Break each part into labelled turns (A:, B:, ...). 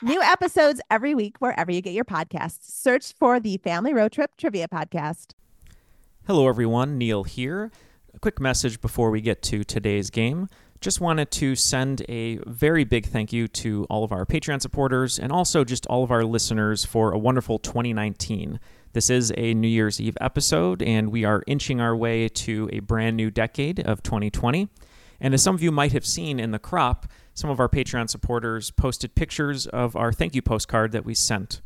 A: New episodes every week wherever you get your podcasts. Search for the Family Road Trip Trivia Podcast.
B: Hello, everyone. Neil here. A quick message before we get to today's game. Just wanted to send a very big thank you to all of our Patreon supporters and also just all of our listeners for a wonderful 2019. This is a New Year's Eve episode, and we are inching our way to a brand new decade of 2020. And as some of you might have seen in the crop, some of our Patreon supporters posted pictures of our thank you postcard that we sent.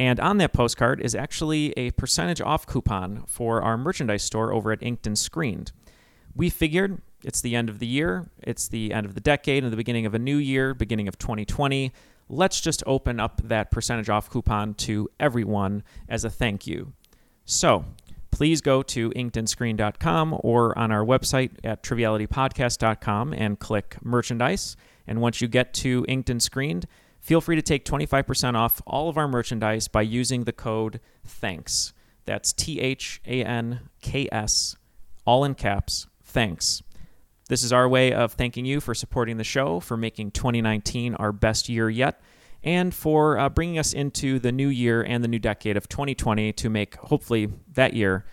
B: And on that postcard is actually a percentage off coupon for our merchandise store over at Inked and Screened. We figured it's the end of the year, it's the end of the decade, and the beginning of a new year, beginning of 2020. Let's just open up that percentage off coupon to everyone as a thank you. So please go to inkedandscreen.com or on our website at trivialitypodcast.com and click merchandise. And once you get to Inked and Screened, feel free to take 25% off all of our merchandise by using the code THANKS. That's T H A N K S, all in caps, thanks. This is our way of thanking you for supporting the show, for making 2019 our best year yet, and for uh, bringing us into the new year and the new decade of 2020 to make, hopefully, that year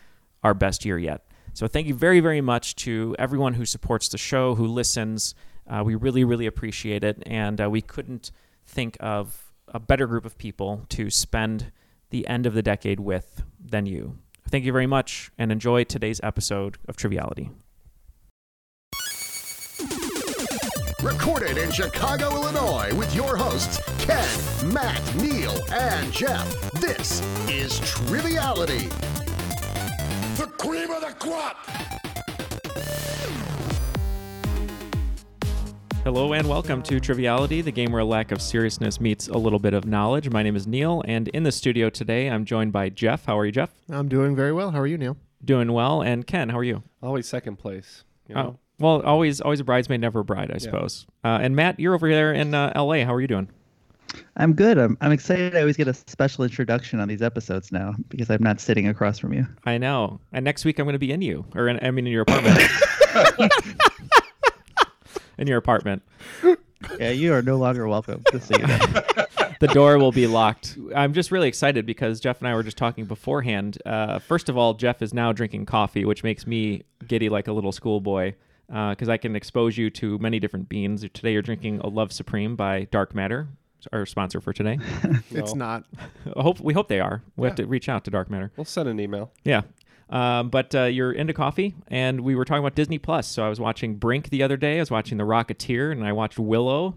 B: our best year yet. So, thank you very, very much to everyone who supports the show, who listens. Uh, we really, really appreciate it. And uh, we couldn't think of a better group of people to spend the end of the decade with than you. Thank you very much and enjoy today's episode of Triviality.
C: Recorded in Chicago, Illinois, with your hosts, Ken, Matt, Neil, and Jeff. This is Triviality. The cream of the crop.
B: Hello and welcome to Triviality, the game where lack of seriousness meets a little bit of knowledge. My name is Neil, and in the studio today, I'm joined by Jeff. How are you, Jeff?
D: I'm doing very well. How are you, Neil?
B: Doing well. And Ken, how are you?
E: Always second place. You
B: Oh, well, always, always a bridesmaid, never a bride, I suppose. Uh, and Matt, you're over there in uh, L.A. How are you doing?
F: I'm good. I'm, I'm excited. I always get a special introduction on these episodes now because I'm not sitting across from you.
B: I know. And next week, I'm going to be in you, or in, I mean, in your apartment. in your apartment,
F: Yeah, you are no longer welcome. Just so you know.
B: the door will be locked. I'm just really excited because Jeff and I were just talking beforehand. Uh, first of all, Jeff is now drinking coffee, which makes me giddy like a little schoolboy because I can expose you to many different beans. Today, you're drinking a Love Supreme by Dark Matter, our sponsor for today.
D: It's not.
B: I hope we hope they are. We have to reach out to Dark Matter.
E: We'll send an email.
B: Yeah. Um, but uh, you're into coffee, and we were talking about Disney Plus. So I was watching Brink the other day. I was watching The Rocketeer, and I watched Willow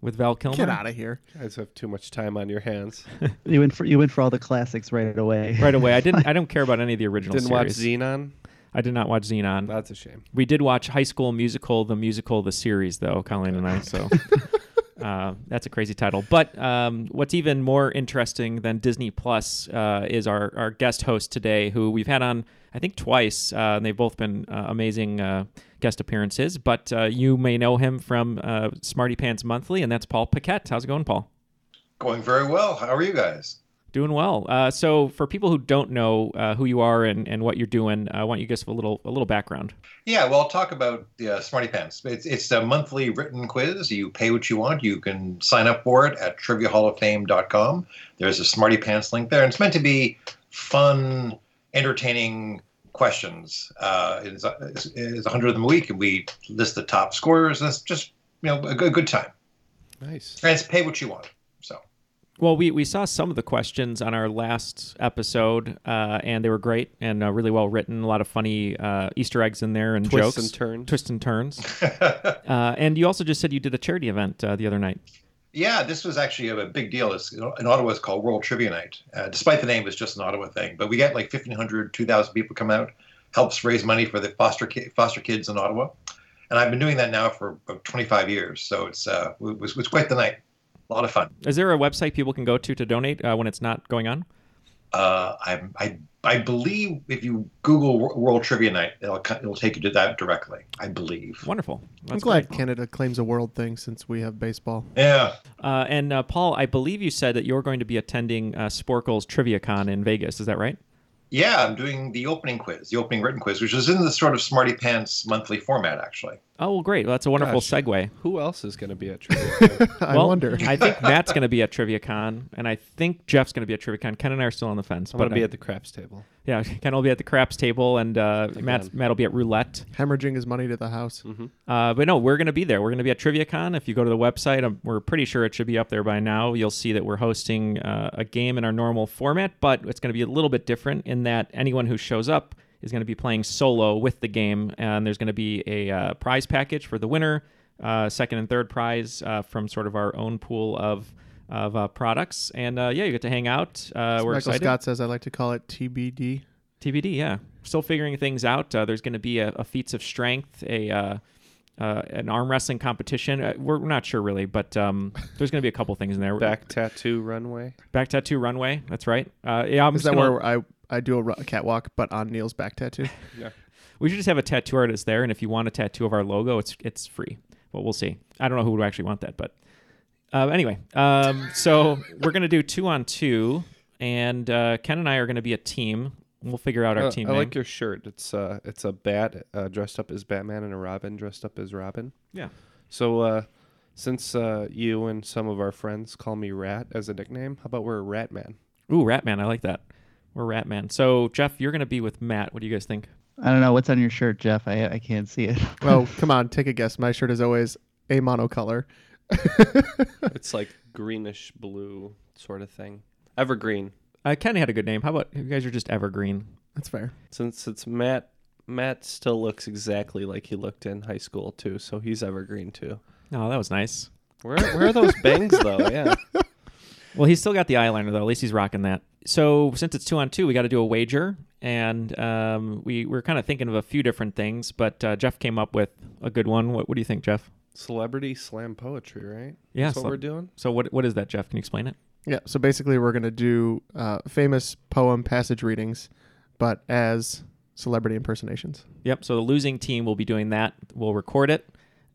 B: with Val Kilmer.
D: Get out of here.
E: You guys have too much time on your hands.
F: you went for you went for all the classics right away.
B: Right away. I didn't. I don't care about any of the original.
E: Didn't watch
B: series.
E: Xenon.
B: I did not watch Xenon.
E: That's a shame.
B: We did watch High School Musical, the musical, the series, though, Colleen and I. So uh, that's a crazy title. But um, what's even more interesting than Disney Plus uh, is our, our guest host today, who we've had on, I think, twice. Uh, and they've both been uh, amazing uh, guest appearances. But uh, you may know him from uh, Smarty Pants Monthly, and that's Paul Paquette. How's it going, Paul?
G: Going very well. How are you guys?
B: Doing well. Uh, so, for people who don't know uh, who you are and, and what you're doing, I want you to give us a little a little background.
G: Yeah, well, I'll talk about the uh, Smarty Pants. It's, it's a monthly written quiz. You pay what you want. You can sign up for it at triviahalloffame.com. There's a Smarty Pants link there. And it's meant to be fun, entertaining questions. Uh, it's, it's, it's 100 of them a week, and we list the top scorers. That's just, you know, a good, good time.
E: Nice.
G: And it's pay what you want. So
B: Well, we, we saw some of the questions on our last episode, uh, and they were great and uh, really well written. A lot of funny uh, Easter eggs in there and
E: Twists
B: jokes,
E: and turns.
B: twists and turns. uh, and you also just said you did a charity event uh, the other night.
G: Yeah, this was actually a big deal. It's, in Ottawa, it's called World Trivia Night. Uh, despite the name, it's just an Ottawa thing. But we got like 1,500, 2,000 people come out, helps raise money for the foster ki- foster kids in Ottawa. And I've been doing that now for about 25 years. So it's uh, it was, was quite the night. A lot of fun.
B: Is there a website people can go to to donate uh, when it's not going on?
G: Uh, I, I I believe if you Google Wor- World Trivia Night, it'll co- it'll take you to that directly. I believe.
B: Wonderful.
D: I'm
B: That's
D: glad
B: great.
D: Canada claims a world thing since we have baseball.
G: Yeah.
B: Uh, and uh, Paul, I believe you said that you're going to be attending uh, Sporkle's TriviaCon in Vegas. Is that right?
G: Yeah, I'm doing the opening quiz, the opening written quiz, which is in the sort of Smarty Pants monthly format, actually.
B: Oh, well, great. Well, that's a wonderful
E: Gosh.
B: segue.
E: Who else is going to be at trivia?
D: I
B: Well,
D: wonder.
B: I think Matt's going to be at TriviaCon, and I think Jeff's going to be at TriviaCon. Ken and I are still on the fence.
E: I'm going
B: but
E: to be
B: uh,
E: at the craps table.
B: yeah, Ken will be at the craps table, and uh, Matt's, Matt will be at roulette.
D: Hemorrhaging his money to the house.
B: Uh, but no, we're going to be there. We're going to be at TriviaCon. If you go to the website, um we're pretty sure it should be up there by now. You'll see that we're hosting uh, a game in our normal format, but it's going to be a little bit different in that anyone who shows up is going to be playing solo with the game, and there's going to be a uh, prize package for the winner, uh, second and third prize uh, from sort of our own pool of of uh, products. And uh, yeah, you get to hang out. Uh, we're
D: Michael
B: excited.
D: Scott says I like to call it TBD.
B: TBD, yeah. Still figuring things out. Uh, there's going to be a, a feats of strength, a uh, uh, an arm wrestling competition. Uh, we're we're not sure really, but um, there's going to be a couple things in there.
E: Back tattoo runway.
B: back tattoo runway. That's right. Uh, yeah, I'm
D: Is
B: just
D: that
B: gonna-
D: where I I do a ru- catwalk, but on Neil's back tattoo?
B: we should just have a tattoo artist there. And if you want a tattoo of our logo, it's it's free. But we'll see. I don't know who would actually want that, but uh, anyway. Um, so we're going to do two on two, and uh, Ken and I are going to be a team. We'll figure out our
E: Uh,
B: team
E: I
B: name.
E: like your shirt. It's uh, it's a bat uh, dressed up as Batman and a Robin dressed up as Robin.
B: yeah.
E: So uh, since uh, you and some of our friends call me Rat as a nickname, how about we're a Rat Man?
B: Ooh, Ratman. I like that. We're Ratman. So, Jeff, you're going to be with Matt. What do you guys think?
F: I don't know what's on your shirt, Jeff. I I can't see it.
D: oh, come on, take a guess. My shirt is always a monocolor.
E: it's like greenish blue sort of thing. Evergreen.
B: Uh, Ken had a good name. How about you guys are just evergreen?
D: That's fair.
E: Since it's Matt, Matt still looks exactly like he looked in high school too, so he's evergreen too.
B: Oh, that was nice.
E: Where where are those bangs though? Yeah.
B: Well, he's still got the eyeliner though. At least he's rocking that. So, since it's two on two, we got to do a wager, and um, we we're kind of thinking of a few different things. But uh, Jeff came up with a good one. What, what do you think, Jeff?
E: Celebrity slam poetry, right?
B: Yeah,
E: That's
B: celeb-
E: what we're doing.
B: So, what what is that, Jeff? Can you explain it?
D: Yeah. So basically, we're gonna do uh, famous poem passage readings, but as celebrity impersonations.
B: Yep. So the losing team will be doing that. We'll record it,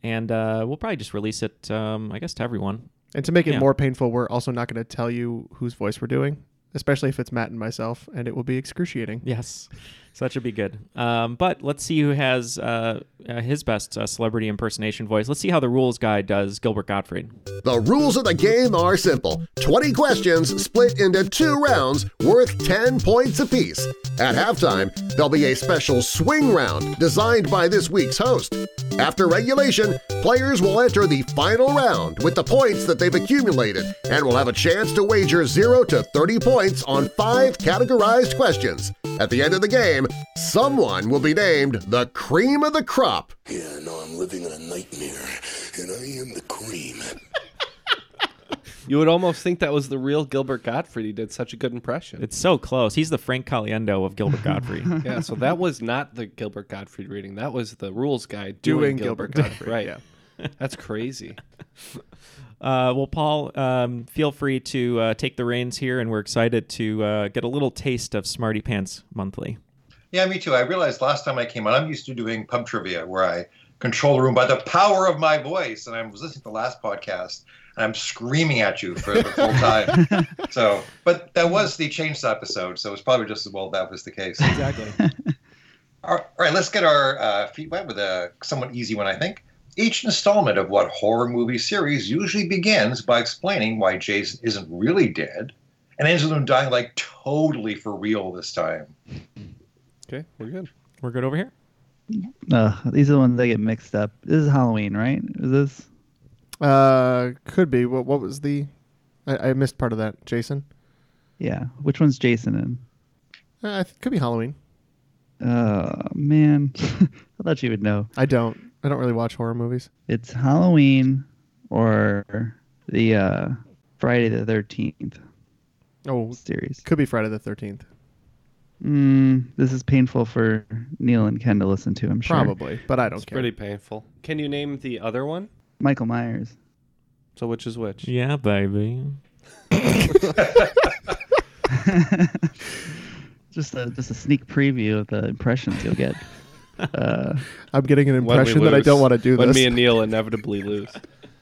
B: and uh, we'll probably just release it. Um, I guess to everyone.
D: And to make it
B: Yeah.
D: more painful, we're also not going to tell you whose voice we're doing, especially if it's Matt and myself, and it will be excruciating.
B: Yes. So that should be good. Um, but let's see who has uh, uh, his best uh, celebrity impersonation voice. Let's see how the rules guy does Gilbert Gottfried.
C: The rules of the game are simple 20 questions split into two rounds worth 10 points apiece. At halftime, there'll be a special swing round designed by this week's host. After regulation, players will enter the final round with the points that they've accumulated and will have a chance to wager 0 to 30 points on five categorized questions. At the end of the game, someone will be named the cream of the crop.
H: Yeah, no, I'm living in a nightmare, and I am the cream.
E: You would almost think that was the real Gilbert Gottfried. He did such a good impression.
B: It's so close. He's the Frank Caliendo of Gilbert Gottfried.
E: yeah, so that was not the Gilbert Gottfried reading. That was the rules guy doing,
D: Doing
E: Gilbert,
D: Gilbert
E: Gottfried. Right. That's crazy.
B: Uh, well, Paul, um, feel free to uh, take the reins here, and we're excited to uh, get a little taste of Smarty Pants Monthly.
G: Yeah, me too. I realized last time I came on, I'm used to doing pub trivia where I control the room by the power of my voice. And I was listening to the last podcast and I'm screaming at you for the full time. so, but that was the changed episode. So it's probably just as well that was the case.
E: Exactly.
G: All right, all right, let's get our uh, feet wet with a somewhat easy one, I think. Each installment of what horror movie series usually begins by explaining why Jason isn't really dead and ends with him dying like totally for real this time.
E: Okay, we're good.
B: We're good over here?
F: Ugh, these are the ones that get mixed up. This is Halloween, right? Is this?
D: Uh, could be. What What was the? I, I missed part of that. Jason.
F: Yeah. Which one's Jason in?
D: Uh, I th- could be Halloween.
F: Oh man, I thought you would know.
D: I don't. I don't really watch horror movies.
F: It's Halloween or the uh, Friday the Thirteenth
D: Oh,
F: series.
D: could be Friday the Thirteenth.
F: Mm, this is painful for Neil and Ken to listen to. I'm sure.
D: Probably, but I don't
E: It's
D: care.
E: pretty painful. Can you name the other one?
F: Michael Myers.
E: So which is which?
B: Yeah, baby.
F: just a just a sneak preview of the impressions you'll get. Uh,
D: I'm getting an
E: When we
D: impression that I
E: lose.
D: don't want to do
E: when
D: this.
E: me and Neil inevitably lose.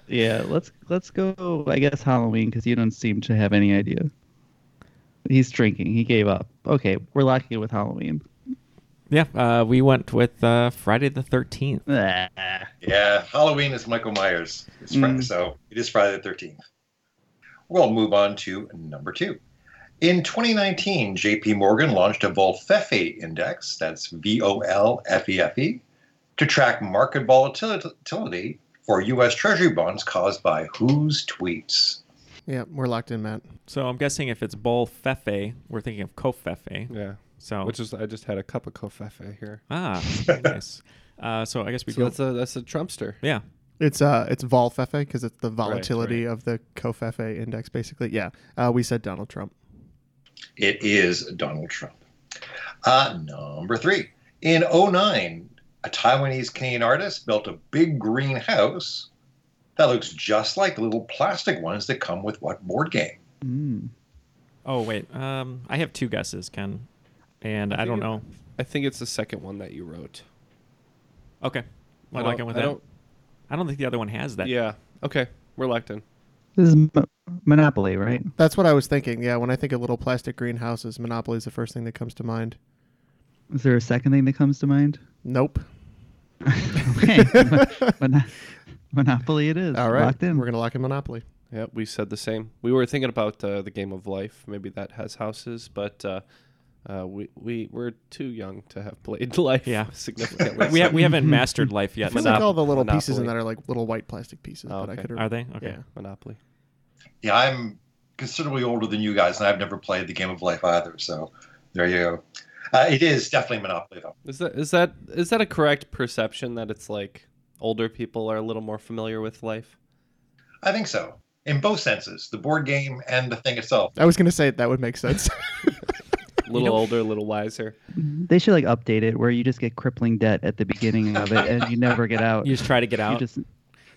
F: yeah, let's let's go. I guess Halloween because you don't seem to have any idea. He's drinking. He gave up. Okay, we're locking it with Halloween.
B: Yeah, uh, we went with uh, Friday the 13th.
F: Ah.
G: Yeah, Halloween is Michael Myers. It's Fri-
F: Mm.
G: So it is Friday the 13th. We'll move on to number two. In 2019, JP Morgan launched a Volfefe index, that's V O L F E F E, to track market volatility for U.S. Treasury bonds caused by whose tweets?
D: yeah, we're locked in, Matt.
B: So I'm guessing if it's Bol Fefe, we're thinking of Kofefe.
E: Yeah.
B: So
E: Which is I just had a cup of kofefe here.
B: ah, very nice. Uh, so I guess we
E: So
B: go.
E: that's a that's a Trumpster.
B: yeah,
D: It's uh, it's Volfefe because it's the volatility of the Cofefe index, basically. Yeah, uh, we said Donald Trump.
G: It is Donald Trump. Uh, number three. In 09, a Taiwanese Canadian artist built a big green house that looks just like the little plastic ones that come with what board game?
F: Mm.
B: Oh wait, um, I have two guesses, Ken, and I,
E: think
B: don't
E: it-
B: know.
E: I think it's the second one that you wrote.
B: Okay, we're
E: I
B: locking
E: don't-
B: with
E: I
B: that.
E: don't-
B: I don't think the other one has that.
E: Yeah. Okay. We're locked in.
F: This is Mo- Monopoly, right?
D: That's what I was thinking. Yeah, when I think of little plastic greenhouses, Monopoly is the first thing that comes to mind.
F: Is there a second thing that comes to mind?
D: Nope.
F: okay, Mon- Monopoly it is.
D: All right,
F: locked in.
D: we're gonna lock in Monopoly.
E: Yep, we said the same. We were thinking about uh, the game of life. Maybe that has houses, but uh, uh, we we we're too young to have played life
B: Yeah.
E: significantly.
B: we,
E: so-
B: ha- we haven't mastered life yet.
D: I feel like all the little pieces in
E: Monopoly.
D: that are like little white plastic pieces,
E: Oh,
D: but I
E: okay.
D: could.
B: Are they okay?
D: Yeah.
E: Monopoly.
G: Yeah, I'm considerably older than you guys, and I've never played the game of life either. So there you go. Uh, it is definitely Monopoly, though.
E: Is that is that is that a correct perception that it's like older people are a little more familiar with life?
G: I think so. In both senses, the board game and the thing itself.
D: I was gonna say that would make sense.
E: A little older, a little wiser.
F: They should like update it where you just get crippling debt at the beginning of it and you never get out.
B: You just try to get
F: You
B: out.
F: just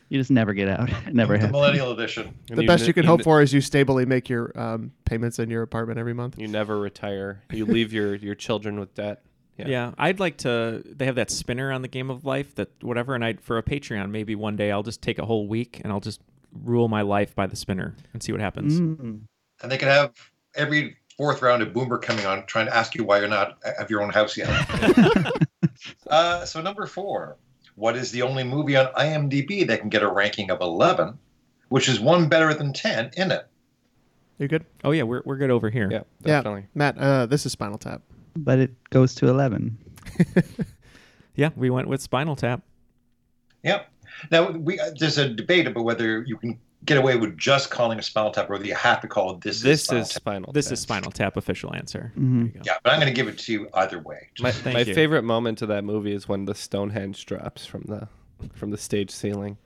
F: you just never get out. It never
G: The
F: happens.
G: Millennial Edition.
E: And
D: the best
E: ne-
D: you can
E: you
D: hope
E: ne-
D: for is you stably make your um, payments in your apartment every month.
E: You never retire. You leave your your children with debt.
B: yeah. I'd like to. They have that spinner on the game of life that whatever, and I for a Patreon maybe one day I'll just take a whole week and I'll just rule my life by the spinner and see what happens.
F: Mm.
G: And they can have every fourth round of Boomer coming on trying to ask you why you're not of your own house yet. Uh, so number four, what is the only movie on IMDb that can get a ranking of 11, which is one better than 10 in it?
D: You good?
B: Oh yeah, we're we're good over here.
E: Yeah,
D: Yeah.
E: definitely.
D: Matt, uh, this is Spinal Tap.
F: but it goes to eleven.
B: Yeah, we went with Spinal Tap.
G: Yep. Now we uh, there's a debate about whether you can get away with just calling a Spinal Tap or whether you have to call it this.
E: This
G: Spinal
E: is
G: Tap.
E: spinal.
B: This
E: Tap.
B: is Spinal Tap official answer.
F: Mhm.
B: There you go.
G: Yeah, but I'm going to give it to you either way.
E: My,
B: Thank
E: my
B: you.
E: favorite moment of that movie is when the Stonehenge drops from the from the stage ceiling.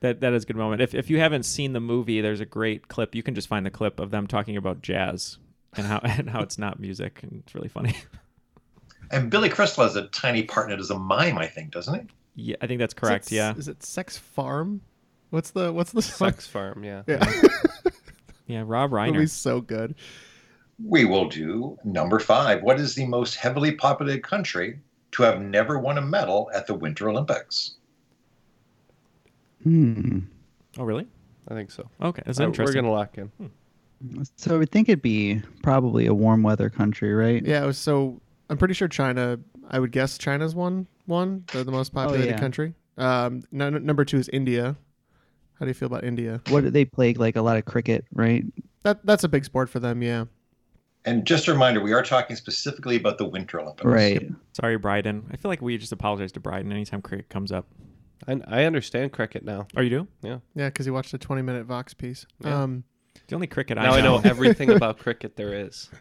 B: That that is a good moment. If if you haven't seen the movie, there's a great clip. You can just find the clip of them talking about jazz and how and how it's not music, and it's really funny.
G: And Billy Crystal has a tiny part in it as a mime, I think, doesn't
B: Yeah, I think that's correct.
D: Is it,
B: yeah,
D: Is it Sex Farm? What's the What's the song?
E: Sex Farm, yeah.
D: Yeah,
B: yeah. Rob
D: that
B: Reiner.
D: movie's so good.
G: he? We will do number five. What is the most heavily populated country to have never won a medal at the Winter Olympics?
F: Hmm.
B: Oh, really?
E: I think so.
B: Okay, that's
E: Uh, We're
B: interesting.
E: gonna lock in.
F: So I would think it'd be probably a warm weather country, right?
D: Yeah, it was so. I'm pretty sure China. I would guess China's one one. They're the most populated
F: yeah.
D: country. Um, no, no- number two is India. How do you feel about India?
F: What do they play? Like a lot of cricket, right?
D: That that's a big sport for them. Yeah.
G: And just a reminder, we are talking specifically about the Winter Olympics.
F: Right.
B: Sorry, Bryden. I feel like we just apologize to Bryden anytime cricket comes up.
E: I, I understand cricket now.
B: Oh, you do?
D: Yeah, because he watched a 20 minute Vox piece.
E: Yeah.
D: Um,
B: The only cricket
E: Now I know everything about cricket there is.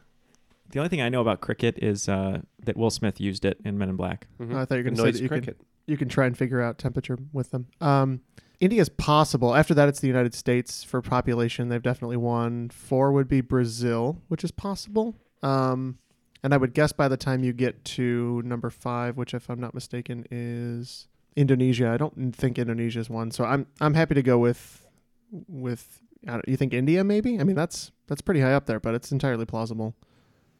B: The only thing I know about cricket is uh, that Will Smith used it in Men in Black.
E: Mhm.
D: I thought you were going to say
E: Noise
D: that you can,
E: cricket.
D: you can try and figure out temperature with them. Um, India's possible. After that, it's the United States for population. They've definitely won. Four would be Brazil, which is possible. Um, and I would guess by the time you get to number five, which, if I'm not mistaken, is Indonesia. I don't think Indonesia's won, so I'm I'm happy to go with with I don't, you think India maybe? I mean that's that's pretty high up there, but it's entirely plausible.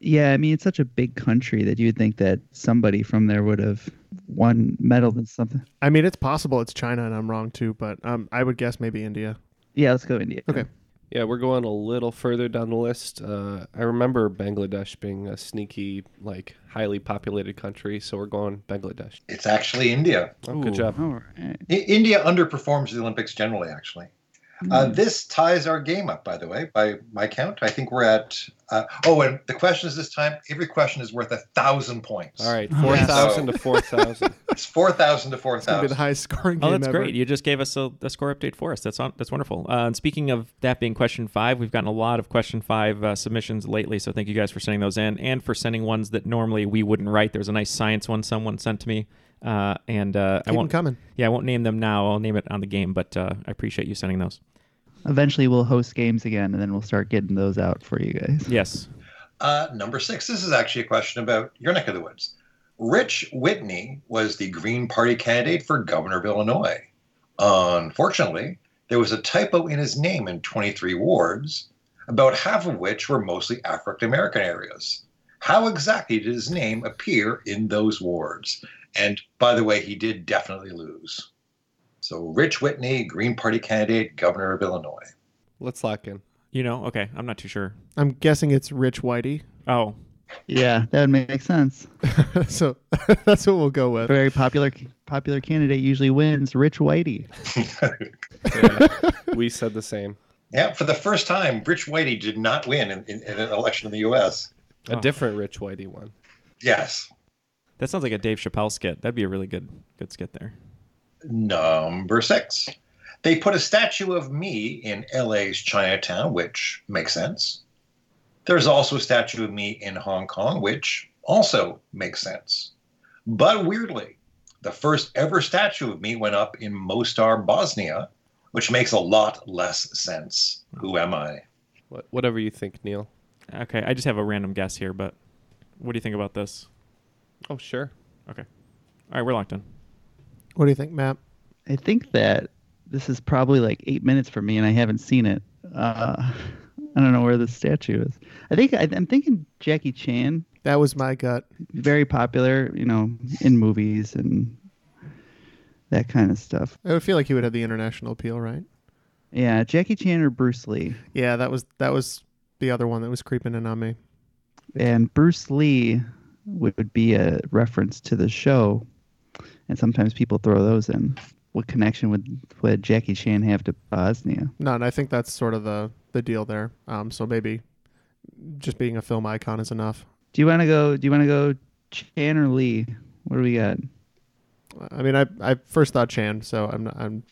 F: Yeah, I mean it's such a big country that you'd think that somebody from there would have won medal in something.
D: I mean it's possible it's China and I'm wrong too, but um, I would guess maybe India.
F: Yeah, let's go India.
D: Okay.
E: Yeah, we're going a little further down the list. Uh, I remember Bangladesh being a sneaky, like, highly populated country, so we're going Bangladesh.
G: It's actually India.
E: Oh, good
B: Ooh.
E: job.
F: All right.
G: I- India underperforms the Olympics generally, actually. Uh,
E: Hmm.
G: this ties our game up, by the way, by my count. I think we're at. Uh, oh, and the questions this time, every question is worth a thousand points.
E: All right,
F: Oh, yeah.
E: 4,000 to 4,000.
G: It's 4,000 to
D: It's gonna be the
G: 4,000.
D: highest scoring
B: Oh,
D: game
B: that's
D: ever.
B: great. You just gave us a, a score update for us. That's on, that's wonderful. Uh, and speaking of that being question five, we've gotten a lot of question five uh, submissions lately. So thank you guys for sending those in and for sending ones that normally we wouldn't write. There was a nice science one someone sent to me. Uh, and uh, I
D: Keep 'em
B: won't
D: coming.
B: Yeah, I won't name them now. I'll name it on the game, but uh, I appreciate you sending those.
F: Eventually, we'll host games again, and then we'll start getting those out for you guys.
B: Yes.
G: Uh, number six. This is actually a question about your neck of the woods. Rich Whitney was the Green Party candidate for governor of Illinois. Unfortunately, there was a typo in his name in 23 wards, about half of which were mostly African American areas. How exactly did his name appear in those wards? And by the way, he did definitely lose. So, Rich Whitney, Green Party candidate, governor of Illinois.
E: Let's lock in.
B: You know, okay. I'm not too sure.
D: I'm guessing it's Rich Whitey.
B: Oh,
F: Yeah, that would make sense.
D: so that's what we'll go with.
F: Very popular popular candidate usually wins. Rich Whitey.
E: Yeah, we said the same.
G: Yeah, for the first time, Rich Whitey did not win in, in, in an election in the U.S.
E: A
B: Oh.
E: different Rich Whitey one.
G: Yes.
B: that sounds like a Dave Chappelle skit. That'd be a really good good skit there.
G: Number six. They put a statue of me in LA's Chinatown, which makes sense. There's also a statue of me in Hong Kong, which also makes sense. But weirdly, the first ever statue of me went up in Mostar, Bosnia, which makes a lot less sense. Who am I?
E: What, whatever you think, Neil.
B: Okay, I just have a random guess here, but what do you think about this?
E: Oh, sure.
B: All right, we're locked in.
D: What do you think, Matt?
F: I think that this is probably like eight minutes for me, and I haven't seen it. Uh, I don't know where this statue is. I think I, I'm thinking Jackie Chan,
D: That was my gut.
F: very popular, you know, in movies and that kind of stuff.
D: I would feel like he would have the international appeal, right?
F: Yeah, Jackie Chan or Bruce Lee.
D: Yeah, that was that was the other one that was creeping in on me.
F: and Bruce Lee would, would be a reference to the show, and sometimes people throw those in. What connection would would Jackie Chan have to Bosnia?
D: No, and I think that's sort of the the deal there. Um, so maybe just being a film icon is enough.
F: Do you want to go? Do you want to go Chan or Lee? What do we got?
D: I mean, I I first thought Chan, so I'm not, I'm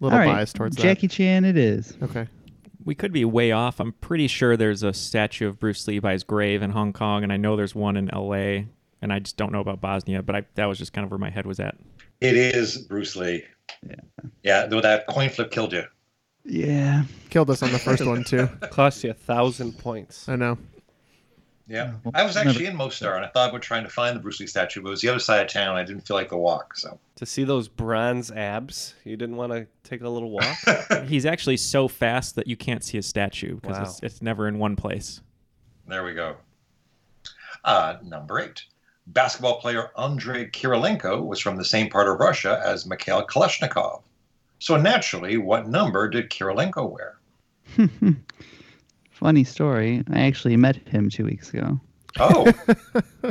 D: a little
F: All right,
D: biased towards
F: Jackie Chan. It is.
D: that. Okay,
B: We could be way off. I'm pretty sure there's a statue of Bruce Lee by his grave in Hong Kong, and I know there's one in L.A. And I just don't know about Bosnia, but I, that was just kind of where my head was at.
G: It is Bruce Lee. Yeah. Yeah, though that coin flip killed you.
F: Yeah.
D: killed us on the first one too.
E: Cost you a thousand points.
D: I know.
G: Yeah.
F: well,
G: I was actually in Mostar and I thought about trying to find the Bruce Lee statue, but it was the other side of town. I didn't feel like the walk. So
E: To see those bronze abs, you didn't want to take a little walk?
B: He's actually so fast that you can't see his statue because
E: Wow.
B: it's, it's never in one place.
G: There we go. Uh, number eight. Basketball player Andrei Kirilenko was from the same part of Russia as Mikhail Kalashnikov. So naturally, what number did Kirilenko wear?
F: Funny story. I actually met him two weeks ago.
G: Oh,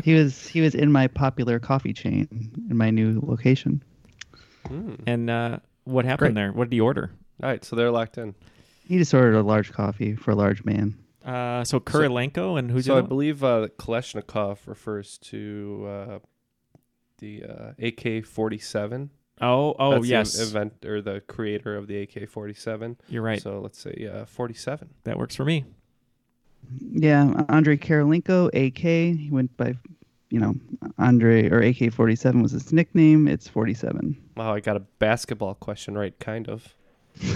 F: he was he was in my popular coffee chain in my new location.
B: And uh, what happened there? What did he order?
E: Hmm. All right, so they're locked in.
F: He just ordered a large coffee for a large man.
B: Uh, so Kurilenko and who's the
E: so I
B: other one?
E: believe uh, Kalashnikov refers to uh, the uh, AK-47.
B: Oh, oh
E: That's the
B: yes,
E: event or the creator of the AK-47.
B: you're right.
E: So let's say uh, 47.
B: That works for me.
F: Yeah, Andre Karolinko, AK. He went by, you know, Andre or AK 47 was his nickname. It's 47.
E: Wow, I got a basketball question right, kind of.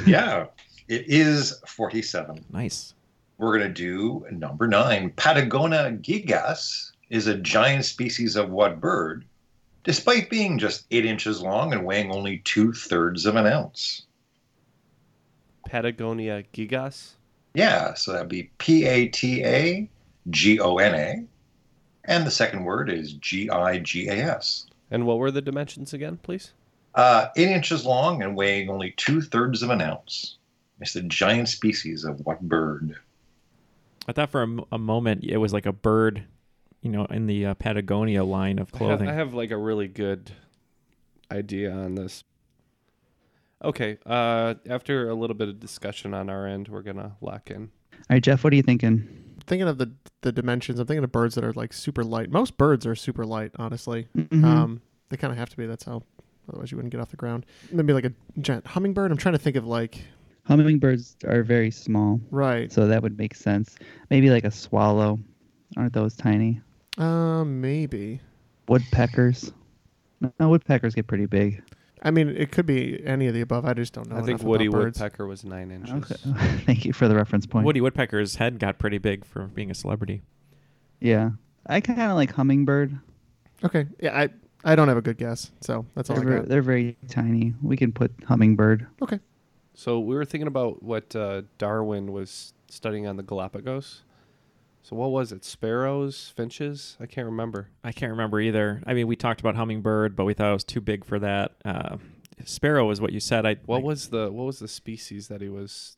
G: yeah. It is 47.
B: Nice.
G: We're going to do number nine. Patagona gigas is a giant species of what bird, despite being just eight inches long and weighing only two thirds of an ounce?
E: Patagonia Gigas.
G: Yeah, so that'd be P A T A G O N A. And the second word is G I G A S.
E: And what were the dimensions again, please?
G: Uh, eight inches long and weighing only two thirds of an ounce. It's a giant species of what bird?
B: I thought for a, m- a moment it was like a bird, you know, in the uh, Patagonia line of
E: I have-
B: clothing.
E: I have like a really good idea on this. Okay, uh, after a little bit of discussion on our end, we're gonna lock in.
F: All right, Jeff, what are you thinking?
D: Thinking of the the dimensions, I'm thinking of birds that are like super light. Most birds are super light, honestly.
F: Mhm.
B: Mm-hmm.
D: Um, they kind of have to be. That's how. Otherwise, you wouldn't get off the ground. Maybe like a giant hummingbird. I'm trying to think of like
F: Hummingbirds are very small,
D: right.
F: so that would make sense. Maybe like a swallow. Aren't those tiny?
D: Um, maybe.
F: Woodpeckers. No, no, woodpeckers get pretty big.
D: I mean, it could be any of the above. I just don't know.
E: I think
D: enough
E: Woody
D: about birds.
E: Woodpecker was nine inches.
F: Okay. Thank you for the reference point.
B: Woody Woodpecker's head got pretty big for being a celebrity.
F: Yeah. I kind of like hummingbird.
D: Okay. Yeah, I I don't have a good guess, so that's all
F: They're,
D: I
F: ver-
D: got.
F: they're very tiny. We can put hummingbird.
D: Okay.
E: So we were thinking about what uh, Darwin was studying on the Galapagos. So what was it? Sparrows, finches? I can't remember.
B: I can't remember either. I mean, we talked about hummingbird, but we thought it was too big for that. Uh, sparrow was what you said. I
E: What
B: I-
E: was the what was the species that he was?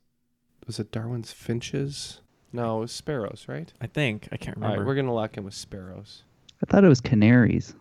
E: Was it Darwin's finches? No, it was sparrows, right?
B: I think I can't
E: All
B: remember.
E: right, we're gonna lock in with sparrows.
F: I thought it was canaries.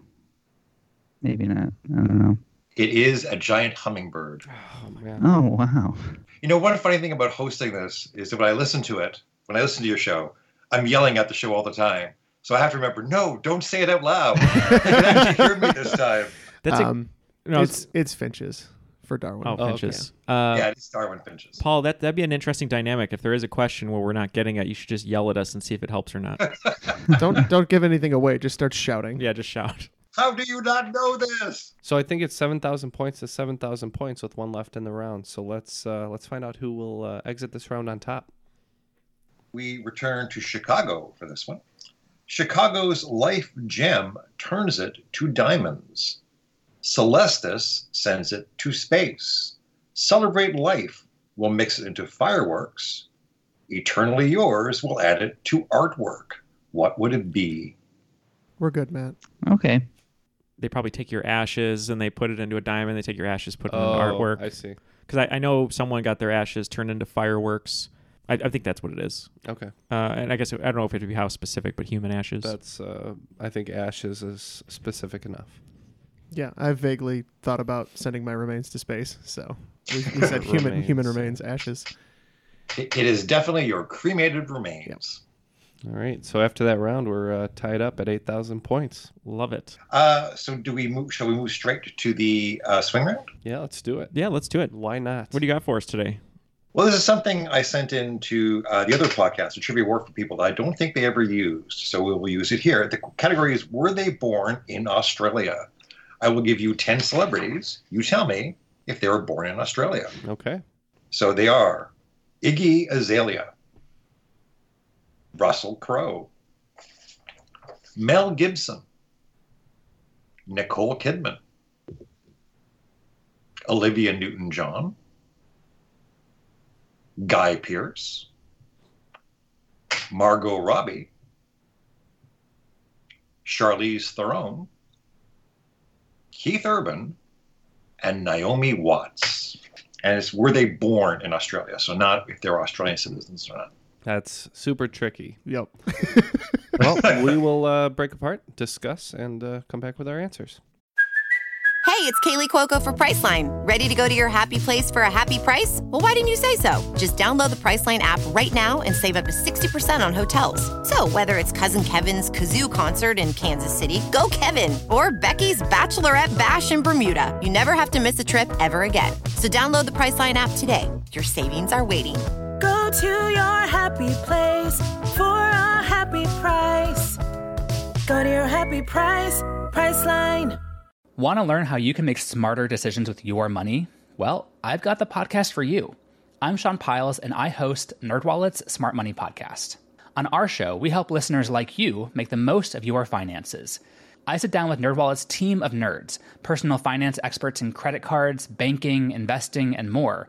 F: Maybe not. I don't know.
G: It is a giant hummingbird.
E: Oh man.
F: Oh, wow.
G: You know, one funny thing about hosting this is that when I listen to it, when I listen to your show, I'm yelling at the show all the time. So I have to remember, no, don't say it out loud. you can actually hear me this time.
B: That's a-
D: um,
B: no,
D: it's it's finches for Darwin.
B: oh,
E: okay.
B: finches. Uh,
G: yeah, it's Darwin finches.
B: Paul, that that'd be an interesting dynamic. If there is a question where we're not getting it, you should just yell at us and see if it helps or not.
D: don't don't give anything away. Just start shouting.
B: yeah, just shout.
G: How do you not know this?
E: So I think it's seven thousand points to seven thousand points with one left in the round. So let's uh, let's find out who will uh, exit this round on top.
G: We return to Chicago for this one. Chicago's life gem turns it to diamonds. Celestis sends it to space. Celebrate life will mix it into fireworks. Eternally yours will add it to artwork. What would it be?
D: We're good, Matt.
F: Okay.
B: They probably take your ashes and they put it into a diamond. They take your ashes, put it into
E: Oh,
B: artwork.
E: I see.
B: Because I, I know someone got their ashes turned into fireworks. I, I think that's what it is.
E: Okay,
B: Uh, and I guess I don't know if it would be how specific, but human ashes.
E: that's. Uh, I think ashes is specific enough.
D: Yeah, I vaguely thought about sending my remains to space, so we, we said human human
E: Remains.
D: remains ashes.
G: It, it is definitely your cremated remains.
E: All right. So after that round, we're uh, tied up at eight thousand points.
B: Love it.
G: Uh, so do we move? Shall we move straight to the uh, swing round?
E: Yeah, let's do it.
B: Yeah, let's do it.
E: Why not?
B: What do you got for us today?
G: Well, this is something I sent in to uh, the other podcast, the Trivia War for People, that I don't think they ever used. So we will use it here. The category is Were they born in Australia? I will give you 10 celebrities. You tell me if they were born in Australia.
E: Okay.
G: So they are Iggy Azalea, Russell Crowe, Mel Gibson, Nicole Kidman, Olivia Newton John, Guy Pearce, Margot Robbie, Charlize Theron, Keith Urban, and Naomi Watts and it's were they born in Australia, so not if they're Australian citizens or not.
E: That's super tricky.
D: Yep.
E: Well, we will uh, break apart, discuss, and uh, come back with our answers.
I: Hey, it's Kaylee Cuoco for Priceline. Ready to go to your happy place for a happy price? Well, why didn't you say so? Just download the Priceline app right now and save up to 60% on hotels. So, whether it's Cousin Kevin's Kazoo concert in Kansas City, go Kevin, or Becky's Bachelorette Bash in Bermuda, you never have to miss a trip ever again. So, download the Priceline app today. Your savings are waiting.
J: Go to your happy place for a happy price. Go to your happy price, Priceline.
K: Want to learn how you can make smarter decisions with your money? Well, I've got the podcast for you. I'm Sean Piles and I host NerdWallet's Smart Money Podcast. On our show, we help listeners like you make the most of your finances. I sit down with NerdWallet's team of nerds, personal finance experts in credit cards, banking, investing, and more.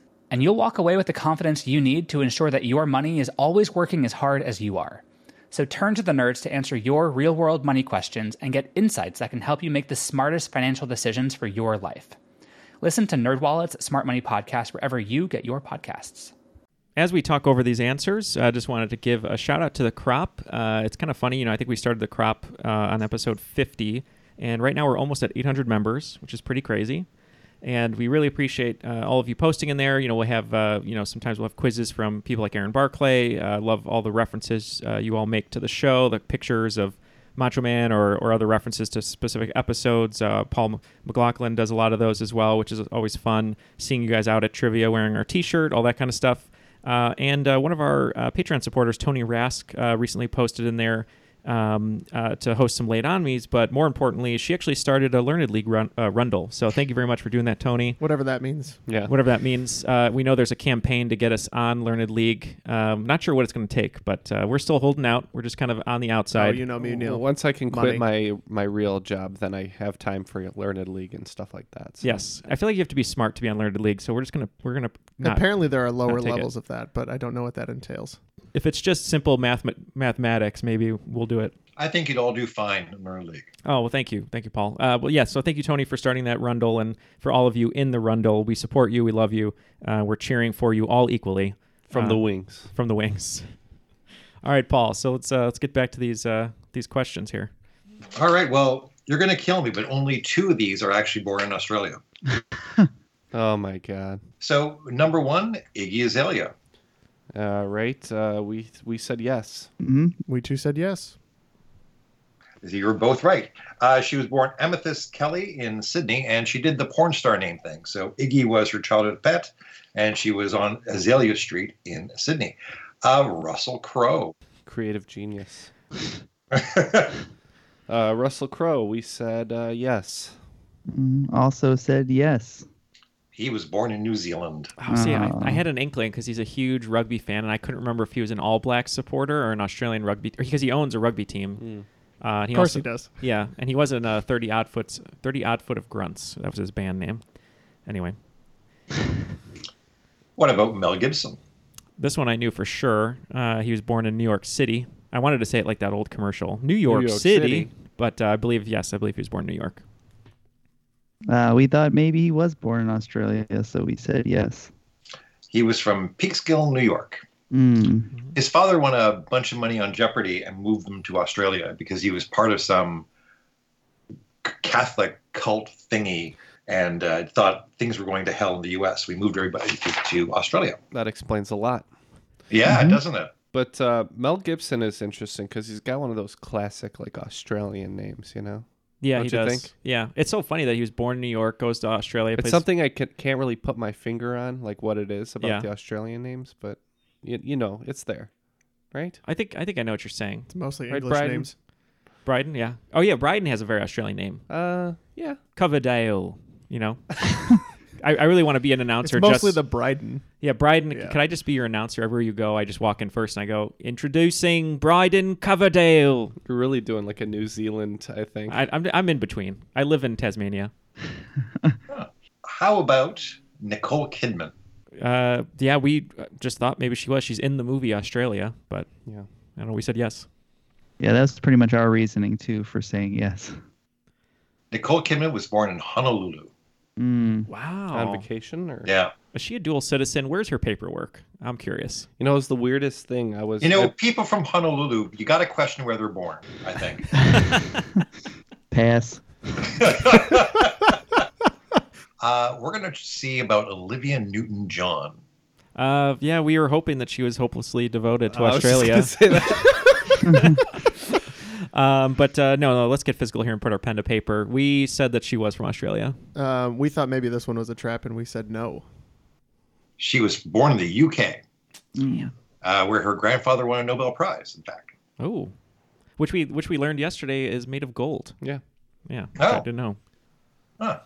K: And you'll walk away with the confidence you need to ensure that your money is always working as hard as you are. So turn to the nerds to answer your real world money questions and get insights that can help you make the smartest financial decisions for your life. Listen to NerdWallet's Smart Money Podcast wherever you get your podcasts.
B: As we talk over these answers, I just wanted to give a shout out to the crop. Uh, it's kind of funny, you know. I think we started the crop uh, on episode 50, and right now we're almost at 800 members, which is pretty crazy. And we really appreciate uh, all of you posting in there. You know, we have, uh, you know, sometimes we'll have quizzes from people like Aaron Barclay. Uh, love all the references uh, you all make to the show, the pictures of Macho Man or, or other references to specific episodes. Uh, Paul M- McLaughlin does a lot of those as well, which is always fun seeing you guys out at trivia wearing our t shirt, all that kind of stuff. Uh, and uh, one of our uh, Patreon supporters, Tony Rask, uh, recently posted in there um, uh, to host some late on me's. But more importantly, she actually started a Learned League run, uh, Rundle. So thank you very much for doing that, Tony.
D: Whatever that means.
E: Yeah.
B: Whatever that means. Uh, we know there's a campaign to get us on Learned League. Um, not sure what it's going to take, but uh, we're still holding out. We're just kind of on the outside.
D: Oh, you know me, Neil.
E: Once I can
D: Money.
E: quit my my real job, then I have time for learned league and stuff like that. so-
B: Yes, I feel like you have to be smart to be on Learned League. So we're just gonna we're gonna not
D: Apparently, there are lower
B: take it.
D: levels of that, but I don't know what that entails.
B: if it's just simple math mathematics, maybe we'll do it.
G: I think you'd all do fine in Learn League.
B: Oh well, thank you, thank you, Paul. Uh, well, yeah. So thank you, Tony, for starting that rundle, and for all of you in the rundle. We support you. We love you. Uh, we're cheering for you all equally
E: From
B: Uh,
E: the wings.
B: From the wings. all right, Paul. So let's uh, let's get back to these uh, these questions here.
G: All right, well, you're going to kill me, but only two of these are actually born in Australia.
E: Oh my god.
G: So, number one, Iggy Azalea.
E: Uh, right. Uh, we we said yes.
D: We too said yes.
G: You were both right. Uh, she was born Amethyst Kelly in Sydney, and she did the porn star name thing. So Iggy was her childhood pet, and she was on Azalea Street in Sydney. Uh, Russell Crowe.
E: Creative genius. uh, Russell Crowe. We said uh, yes.
F: Mm, Also said yes.
G: He was born in New Zealand.
B: Oh, see, I, I had an inkling because he's a huge rugby fan, and I couldn't remember if he was an All Black supporter or an Australian rugby, because he owns a rugby team. Uh, and
D: Of course he does.
B: Yeah, and he was in uh, thirty odd foot, thirty odd foot of grunts. That was his band name. Anyway,
G: What about Mel Gibson?
B: this one I knew for sure. Uh, he was born in New York City. I wanted to say it like that old commercial, New York,
E: York
B: City,
E: City.
B: But uh, I believe yes, I believe he was born in New York.
F: Uh, we thought maybe he was born in Australia, so we said yes.
G: He was from Peekskill, New York.
F: Mm.
G: His father won a bunch of money on Jeopardy and moved them to Australia because he was part of some Catholic cult thingy and uh, thought things were going to hell in the U.S. We moved everybody to, to Australia.
E: That explains a lot.
G: Yeah, doesn't it?
E: But uh, Mel Gibson is interesting because he's got one of those classic like Australian names. You know.
B: Yeah,
E: Don't
B: he
E: you
B: does.
E: think?
B: Yeah, it's so funny that he was born in New York, goes to Australia.
E: It's
B: plays-
E: something I can, can't really put my finger on, like what it is about
B: Yeah.
E: the Australian names, but you, you know, it's there, right?
B: I think I think I know what you're saying.
D: It's mostly
E: Right,
D: English
E: Bryden?
D: names.
B: Bryden, yeah. Oh yeah, Bryden has a very Australian name.
E: Uh, yeah.
B: Coverdale, you know. I, I really want to be an
D: It's
B: announcer.
D: mostly
B: just,
D: the Bryden.
B: yeah, Bryden.
D: yeah.
B: Can I just be your announcer everywhere you go? I just walk in first and I go introducing Bryden Coverdale.
E: You're really doing like a New Zealand, I think.
B: I, I'm I'm in between. I live in Tasmania.
G: How about Nicole Kidman?
B: Uh, yeah, we uh, just thought maybe she was. She's in the movie Australia, but
E: yeah.
B: I don't know. We said yes.
F: Yeah, that's pretty much our reasoning too for saying yes.
G: Nicole Kidman was born in Honolulu.
F: Mm.
B: Wow.
E: On vacation or
G: Yeah.
B: Is she a dual citizen? Where's her paperwork? I'm curious.
E: You know, it was the weirdest thing. I was
G: You know,
E: I-
G: people from Honolulu, you got to question where they're born, I think.
F: Pass.
G: uh, we're going to see about Olivia Newton John.
B: Uh, yeah, we were hoping that she was hopelessly devoted to
E: I was just
B: Australia.
E: gonna say that.
B: Um, but uh, no, no, let's get physical here and put our pen to paper. We said that she was from Australia.
D: Um, we thought maybe this one was a trap, and we said no.
G: She was born in the UK.
F: Yeah.
G: uh, where her grandfather won a Nobel Prize, in fact.
B: Oh, which we which we learned yesterday is made of gold.
E: Yeah,
B: yeah.
G: Oh.
B: I didn't know.
G: Huh.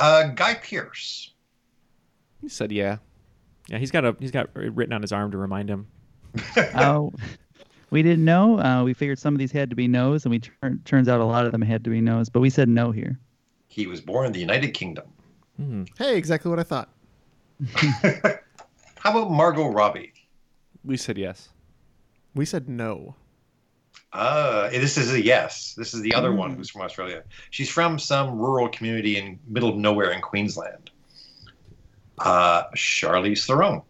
G: Uh, Guy Pierce.
E: He said, "Yeah."
B: Yeah, he's got a he's got it written on his arm to remind him.
F: Oh, we didn't know. Uh, we figured some of these had to be no's, and we turn turns out a lot of them had to be no's, but we said no here.
G: He was born in the United Kingdom.
D: Hey, exactly what I thought.
G: How about Margot Robbie?
E: We said yes.
D: We said no.
G: Uh, this is a yes. This is the other one
F: Mm.
G: who's from Australia. She's from some rural community in middle of nowhere in Queensland. Uh, Charlize Theron.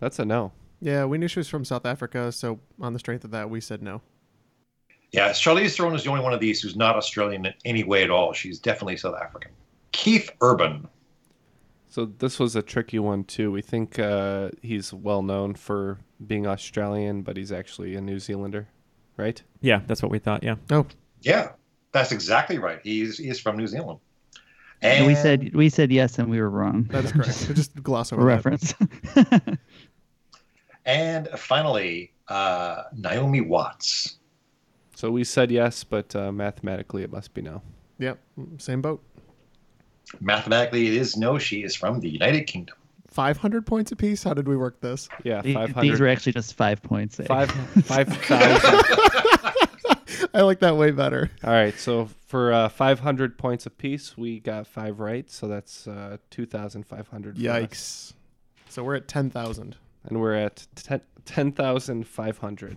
E: That's a no.
D: Yeah, we knew she was from South Africa, so on the strength of that, we said no.
G: Yeah, Charlize Theron is the only one of these who's not Australian in any way at all. She's definitely South African. Keith Urban.
E: So this was a tricky one too. We think uh, he's well known for being Australian, but he's actually a New Zealander, right?
B: Yeah, that's what we thought. Yeah.
D: No.
G: Yeah, that's exactly right. He's he's from New Zealand.
F: And
G: And
F: we said we said yes, and we were wrong.
D: That is correct. we just gloss over that.
F: reference.
G: and finally uh, Naomi Watts.
E: So we said yes, but uh, mathematically it must be no.
D: Yep, same boat.
G: Mathematically, it is no. She is from the United Kingdom.
D: 500 points apiece? How did we work this?
E: Yeah,
F: These-
E: five
F: These were
E: hundred.
F: actually just five points. eh?
E: Five five thousand.
D: I like that way better.
E: All right, so for uh, five hundred points apiece, we got five right, so that's uh, two thousand five hundred.
D: Yikes. So we're at 10,000.
E: And we're at ten ten thousand five hundred.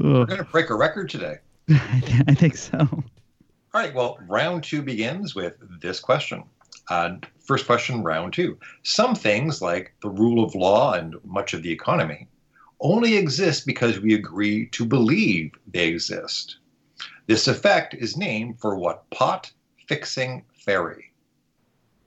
F: Ugh,
G: We're going to break a record today.
F: I thi- I think so.
G: All right. Well, round two begins with this question. Uh, first question, round two. Some things like the rule of law and much of the economy only exist because we agree to believe they exist. This effect is named for what pot fixing theory.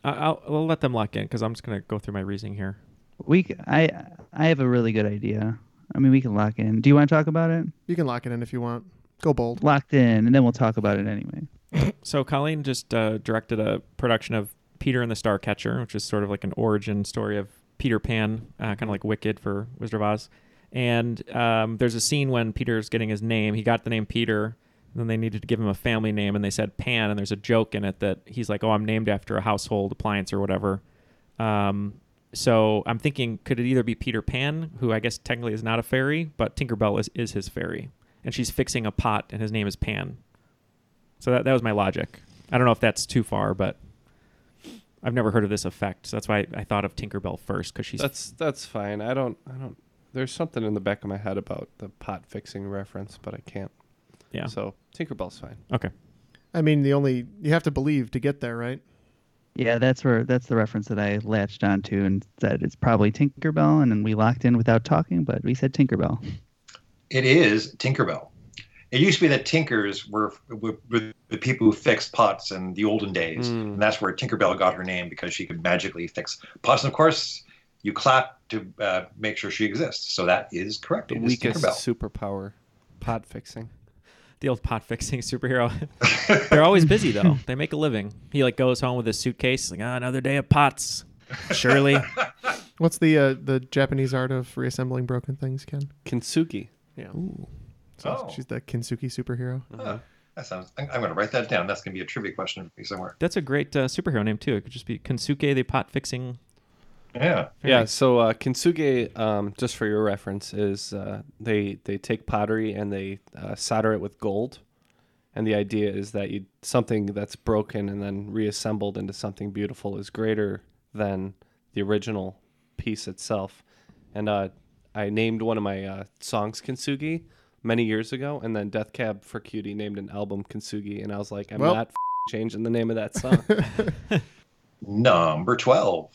B: I, I'll, I'll let them lock in because I'm just gonna go through my reasoning here.
F: We c- I I have a really good idea. I mean, we can lock in. Do you want to talk about it?
D: You can lock it in if you want. Go bold.
F: Locked in, and then we'll talk about it anyway.
B: So Colleen just uh, directed a production of Peter and the Star Catcher, which is sort of like an origin story of Peter Pan, uh, kind of like Wicked for Wizard of Oz. And um, there's a scene when Peter's getting his name. He got the name Peter, and then they needed to give him a family name, and they said Pan. And there's a joke in it that he's like, "Oh, I'm named after a household appliance or whatever." Um, so I'm thinking, could it either be Peter Pan, who I guess technically is not a fairy, but Tinkerbell is, is his fairy, and she's fixing a pot, and his name is Pan. So that, that was my logic. I don't know if that's too far, but I've never heard of this effect. So that's why I, I thought of Tinkerbell first because she's
E: That's that's fine. I don't I don't. There's something in the back of my head about the pot fixing reference, but I can't.
B: yeah.
E: So Tinkerbell's fine.
B: Okay.
D: I mean, the only, you have to believe to get there, right?
F: Yeah, that's where that's the reference that I latched onto and said it's probably Tinkerbell, and then we locked in without talking, but we said Tinkerbell.
G: It is Tinkerbell. It used to be that tinkers were, were, were the people who fixed pots in the olden days,
E: Mm.
G: and that's where Tinkerbell got her name because she could magically fix pots. And of course, you clap to uh, make sure she exists. So that is correct.
E: The
G: It is
E: weakest
G: Tinkerbell.
E: superpower, pot fixing.
B: The old pot fixing superhero. They're always busy though. They make a living. He like goes home with his suitcase, like ah, another day of pots. Surely.
D: What's the uh, the Japanese art of reassembling broken things, Ken?
E: Kintsugi.
D: Yeah. So
G: Oh,
D: She's the Kintsugi superhero. Uh,
G: that sounds. I'm, I'm going to write that down. That's going to be a trivia question for me somewhere.
B: that's a great uh, superhero name too. It could just be Kensuke the pot fixing.
G: Yeah.
E: Yeah. So uh, kintsugi, um, just for your reference, is uh, they they take pottery and they uh, solder it with gold, and the idea is that you something that's broken and then reassembled into something beautiful is greater than the original piece itself. And uh, I named one of my uh, songs kintsugi many years ago, and then Death Cab for Cutie named an album kintsugi, and I was like, I'm
D: Well.
E: not f***ing changing the name of that song.
G: Number twelve.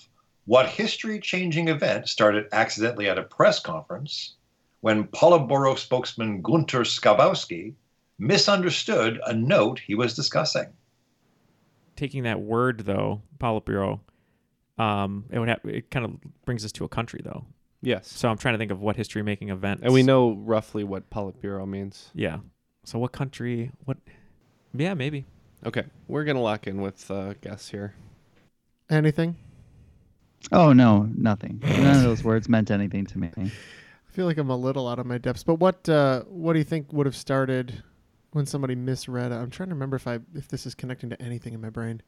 G: What history-changing event started accidentally at a press conference when Politburo spokesman Gunter Skabowski misunderstood a note he was discussing?
B: Taking that word though, Politburo, um, it would have, it kind of brings us to a country though.
E: yes.
B: So I'm trying to think of what history making events.
E: And we know roughly what Politburo means.
B: Yeah. So what country? What? Yeah, maybe.
E: Okay, we're gonna lock in with uh, guess here.
D: Anything?
F: Oh no, nothing. None of those words meant anything to me.
D: I feel like I'm a little out of my depths. But what uh, what do you think would have started when somebody misread? it? I'm trying to remember if I if this is connecting to anything in my brain.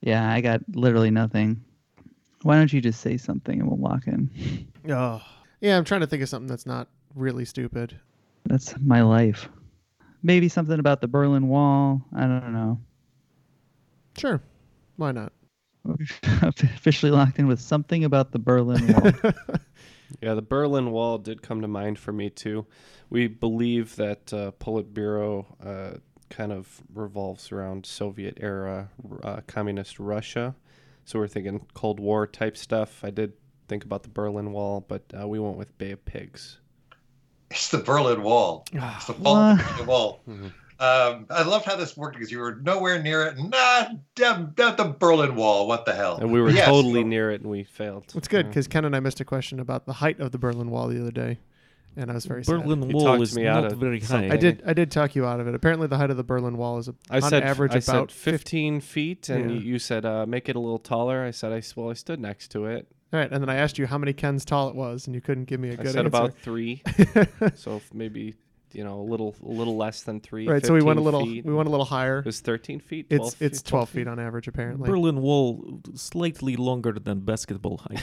F: Yeah, I got literally nothing. Why don't you just say something and we'll walk in?
D: Oh, yeah. I'm trying to think of something that's not really stupid.
F: That's my life. Maybe something about the Berlin Wall. I don't know.
D: Sure, why not?
F: Officially locked in with something about the Berlin Wall.
E: Yeah, the Berlin Wall did come to mind for me too. We believe that uh, Politburo uh, kind of revolves around Soviet era uh, communist Russia, so we're thinking Cold War type stuff. I did think about the Berlin Wall, but uh, we went with Bay of Pigs.
G: It's the Berlin Wall. It's the fall of the Berlin Wall. Um, I love how this worked because you were nowhere near it. Not the Berlin Wall. What the hell?
E: And we were
G: Yes.
E: totally near it, and we failed.
D: It's good because Ken and I missed a question about the height of the Berlin Wall the other day, and I was very sad.
B: Berlin
E: You
B: Wall
E: talked
B: is
E: me out
B: not
E: of
B: very high.
E: something.
D: I did. I did talk you out of it. Apparently, the height of the Berlin Wall is
E: I
D: on
E: said
D: average
E: I
D: about
E: said 15 feet, and
D: Yeah.
E: you you said uh, make it a little taller. I said I s- well I stood next to it.
D: All right, and then I asked you how many Kens tall it was, and you couldn't give me a
E: I
D: good
E: said
D: answer.
E: about three, so f- maybe you know a little a little less than three.
D: right, so we went a
E: 15
D: little.
E: feet.
D: We went a little higher.
E: It was 13 feet. 12
D: It's
E: feet,
D: it's twelve feet on average apparently.
B: Berlin Wall slightly longer than basketball height.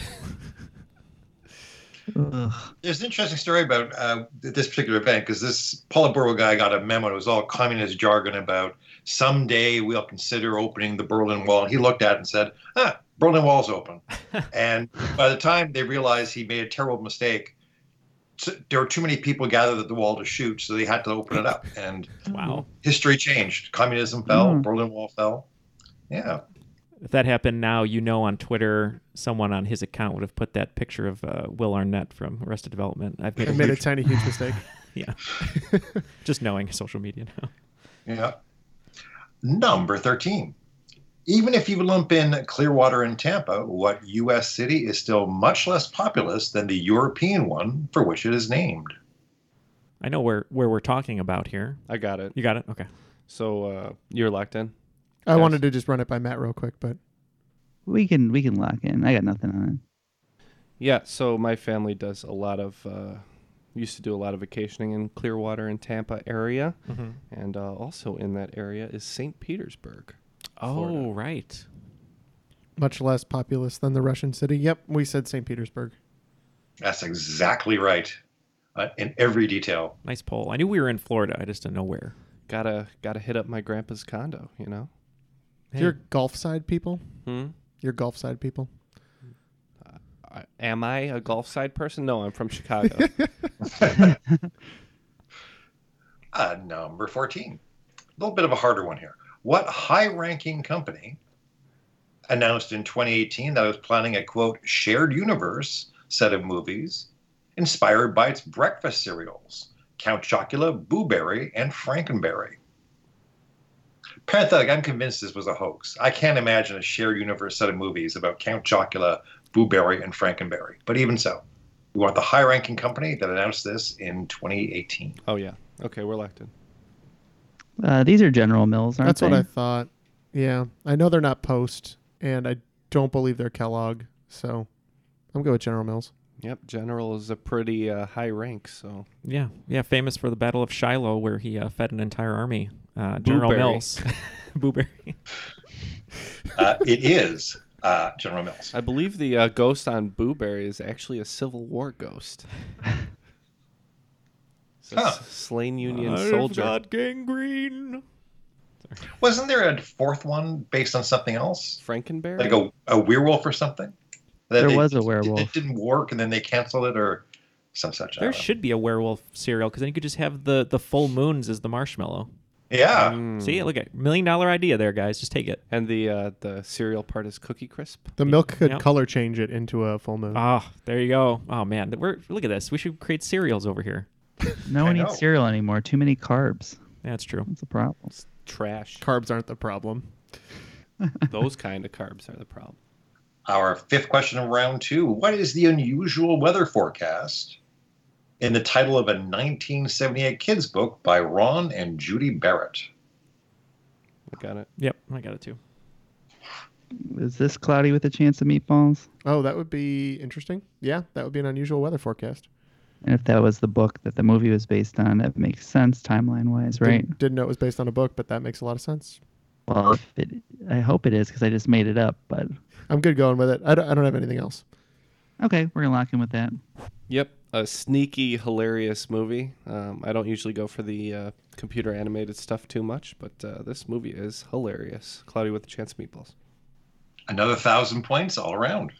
G: There's an interesting story about uh, th- this particular event because this Politburo guy got a memo. It was all communist jargon about someday we'll consider opening the Berlin Wall. And he looked at it and said, ah, Berlin Wall's open. and by the time they realized he made a terrible mistake, s- there were too many people gathered at the wall to shoot, so they had to open it up. And
B: wow.
G: history changed. Communism fell,
F: Hmm.
G: Berlin Wall fell. Yeah.
B: If that happened now, you know on Twitter, someone on his account would have put that picture of uh, Will Arnett from Arrested Development. I've made,
D: I
B: a
D: made a
B: huge-
D: tiny huge mistake.
B: yeah. Just knowing social media now.
G: Yeah. Number 13. Even if you lump in Clearwater and Tampa, what U.S. city is still much less populous than the European one for which it is named?
B: I know where where we're talking about here.
E: I got it.
B: You got it. Okay.
E: So uh, you're locked in.
D: I
E: Yes.
D: wanted to just run it by Matt real quick, but
F: we can we can lock in. I got nothing on
E: Yeah, so my family does a lot of uh, used to do a lot of vacationing in Clearwater and Tampa area,
D: Mm-hmm.
B: Mhm.
E: and uh, also in that area is St. Petersburg.
B: Oh,
E: Florida.
B: right.
D: much less populous than the Russian city. Yep, we said St. Petersburg.
G: That's exactly right uh, in every detail.
B: Nice poll. I knew we were in Florida. I just didn't know where.
E: Gotta gotta hit up my grandpa's condo, you know.
B: Hey.
D: You're golf side people.
E: Hmm?
D: You're golf side people.
E: I, am I a golf side person? No, I'm from Chicago.
G: Uh, number 14. A little bit of a harder one here. What high ranking company announced in 2018 that it was planning a quote, shared universe set of movies inspired by its breakfast cereals, Count Chocula, Boo Berry, and Frankenberry? Parenthetic, I'm convinced this was a hoax. I can't imagine a shared universe set of movies about Count Chocula, Boo Berry, and Frankenberry. But even so, we want the high ranking company that announced this in 2018.
E: oh yeah. Okay, we're locked in.
F: it. Uh, these are General Mills, aren't
D: That's
F: they?
D: what I thought. Yeah, I know they're not Post, and I don't believe they're Kellogg. So I'm going with General Mills.
E: Yep, general is a pretty uh, high rank, so
B: Yeah, yeah, famous for the Battle of Shiloh, where he uh, fed an entire army. Uh, General
E: Booberry.
B: Mills, Booberry.
G: uh, it is uh, General Mills.
E: I believe the uh, ghost on Booberry is actually a Civil War ghost. It's a s-
G: Huh.
E: slain Union soldier.
B: gangrene.
G: Wasn't there a fourth one based on something else,
E: Frankenberry?
G: like a, a werewolf or something? That
F: There
G: they-
F: was a
G: It
F: werewolf.
G: didn't work, and then they canceled it, or some such. I
B: There
G: don't know.
B: should be a werewolf cereal because then you could just have the the full moons as the marshmallow.
G: yeah,
E: Hmm.
B: See, look at million dollar idea there, guys. Just take it.
E: Mm. And the uh, the cereal part is Cookie Crisp.
D: The milk could
B: Yep.
D: color change it into a full
E: Hmm.
D: moon.
B: Ah, there you go. Oh man, we're look at this. We should create cereals over here.
F: No
G: I
F: one
G: know.
F: eats cereal anymore. Too many carbs.
B: That's true.
F: That's a problem.
E: Trash.
D: Carbs aren't the problem.
E: Those kind of carbs are the problem.
G: Our fifth question of round two: What is the unusual weather forecast in the title of a 1978 kids book by Ron and Judy Barrett?
E: I got it.
B: Yep, I got it too.
F: Is this cloudy with a chance of meatballs?
D: Oh, that would be interesting. Yeah, that would be an unusual weather forecast.
F: And if that was the book that the movie was based on, that makes sense timeline wise, right?
D: Didn't, didn't know it was based on a book, but that makes a lot of sense.
F: Well, if it, I hope it is because I just made it up, but
D: I'm good going with it. I don't, I don't have anything else.
F: okay, we're gonna lock in with that.
E: Yep, a sneaky, hilarious movie. Um, I don't usually go for the uh, computer animated stuff too much, but uh, this movie is hilarious. Cloudy with a Chance of Meatballs.
G: Another thousand points all around.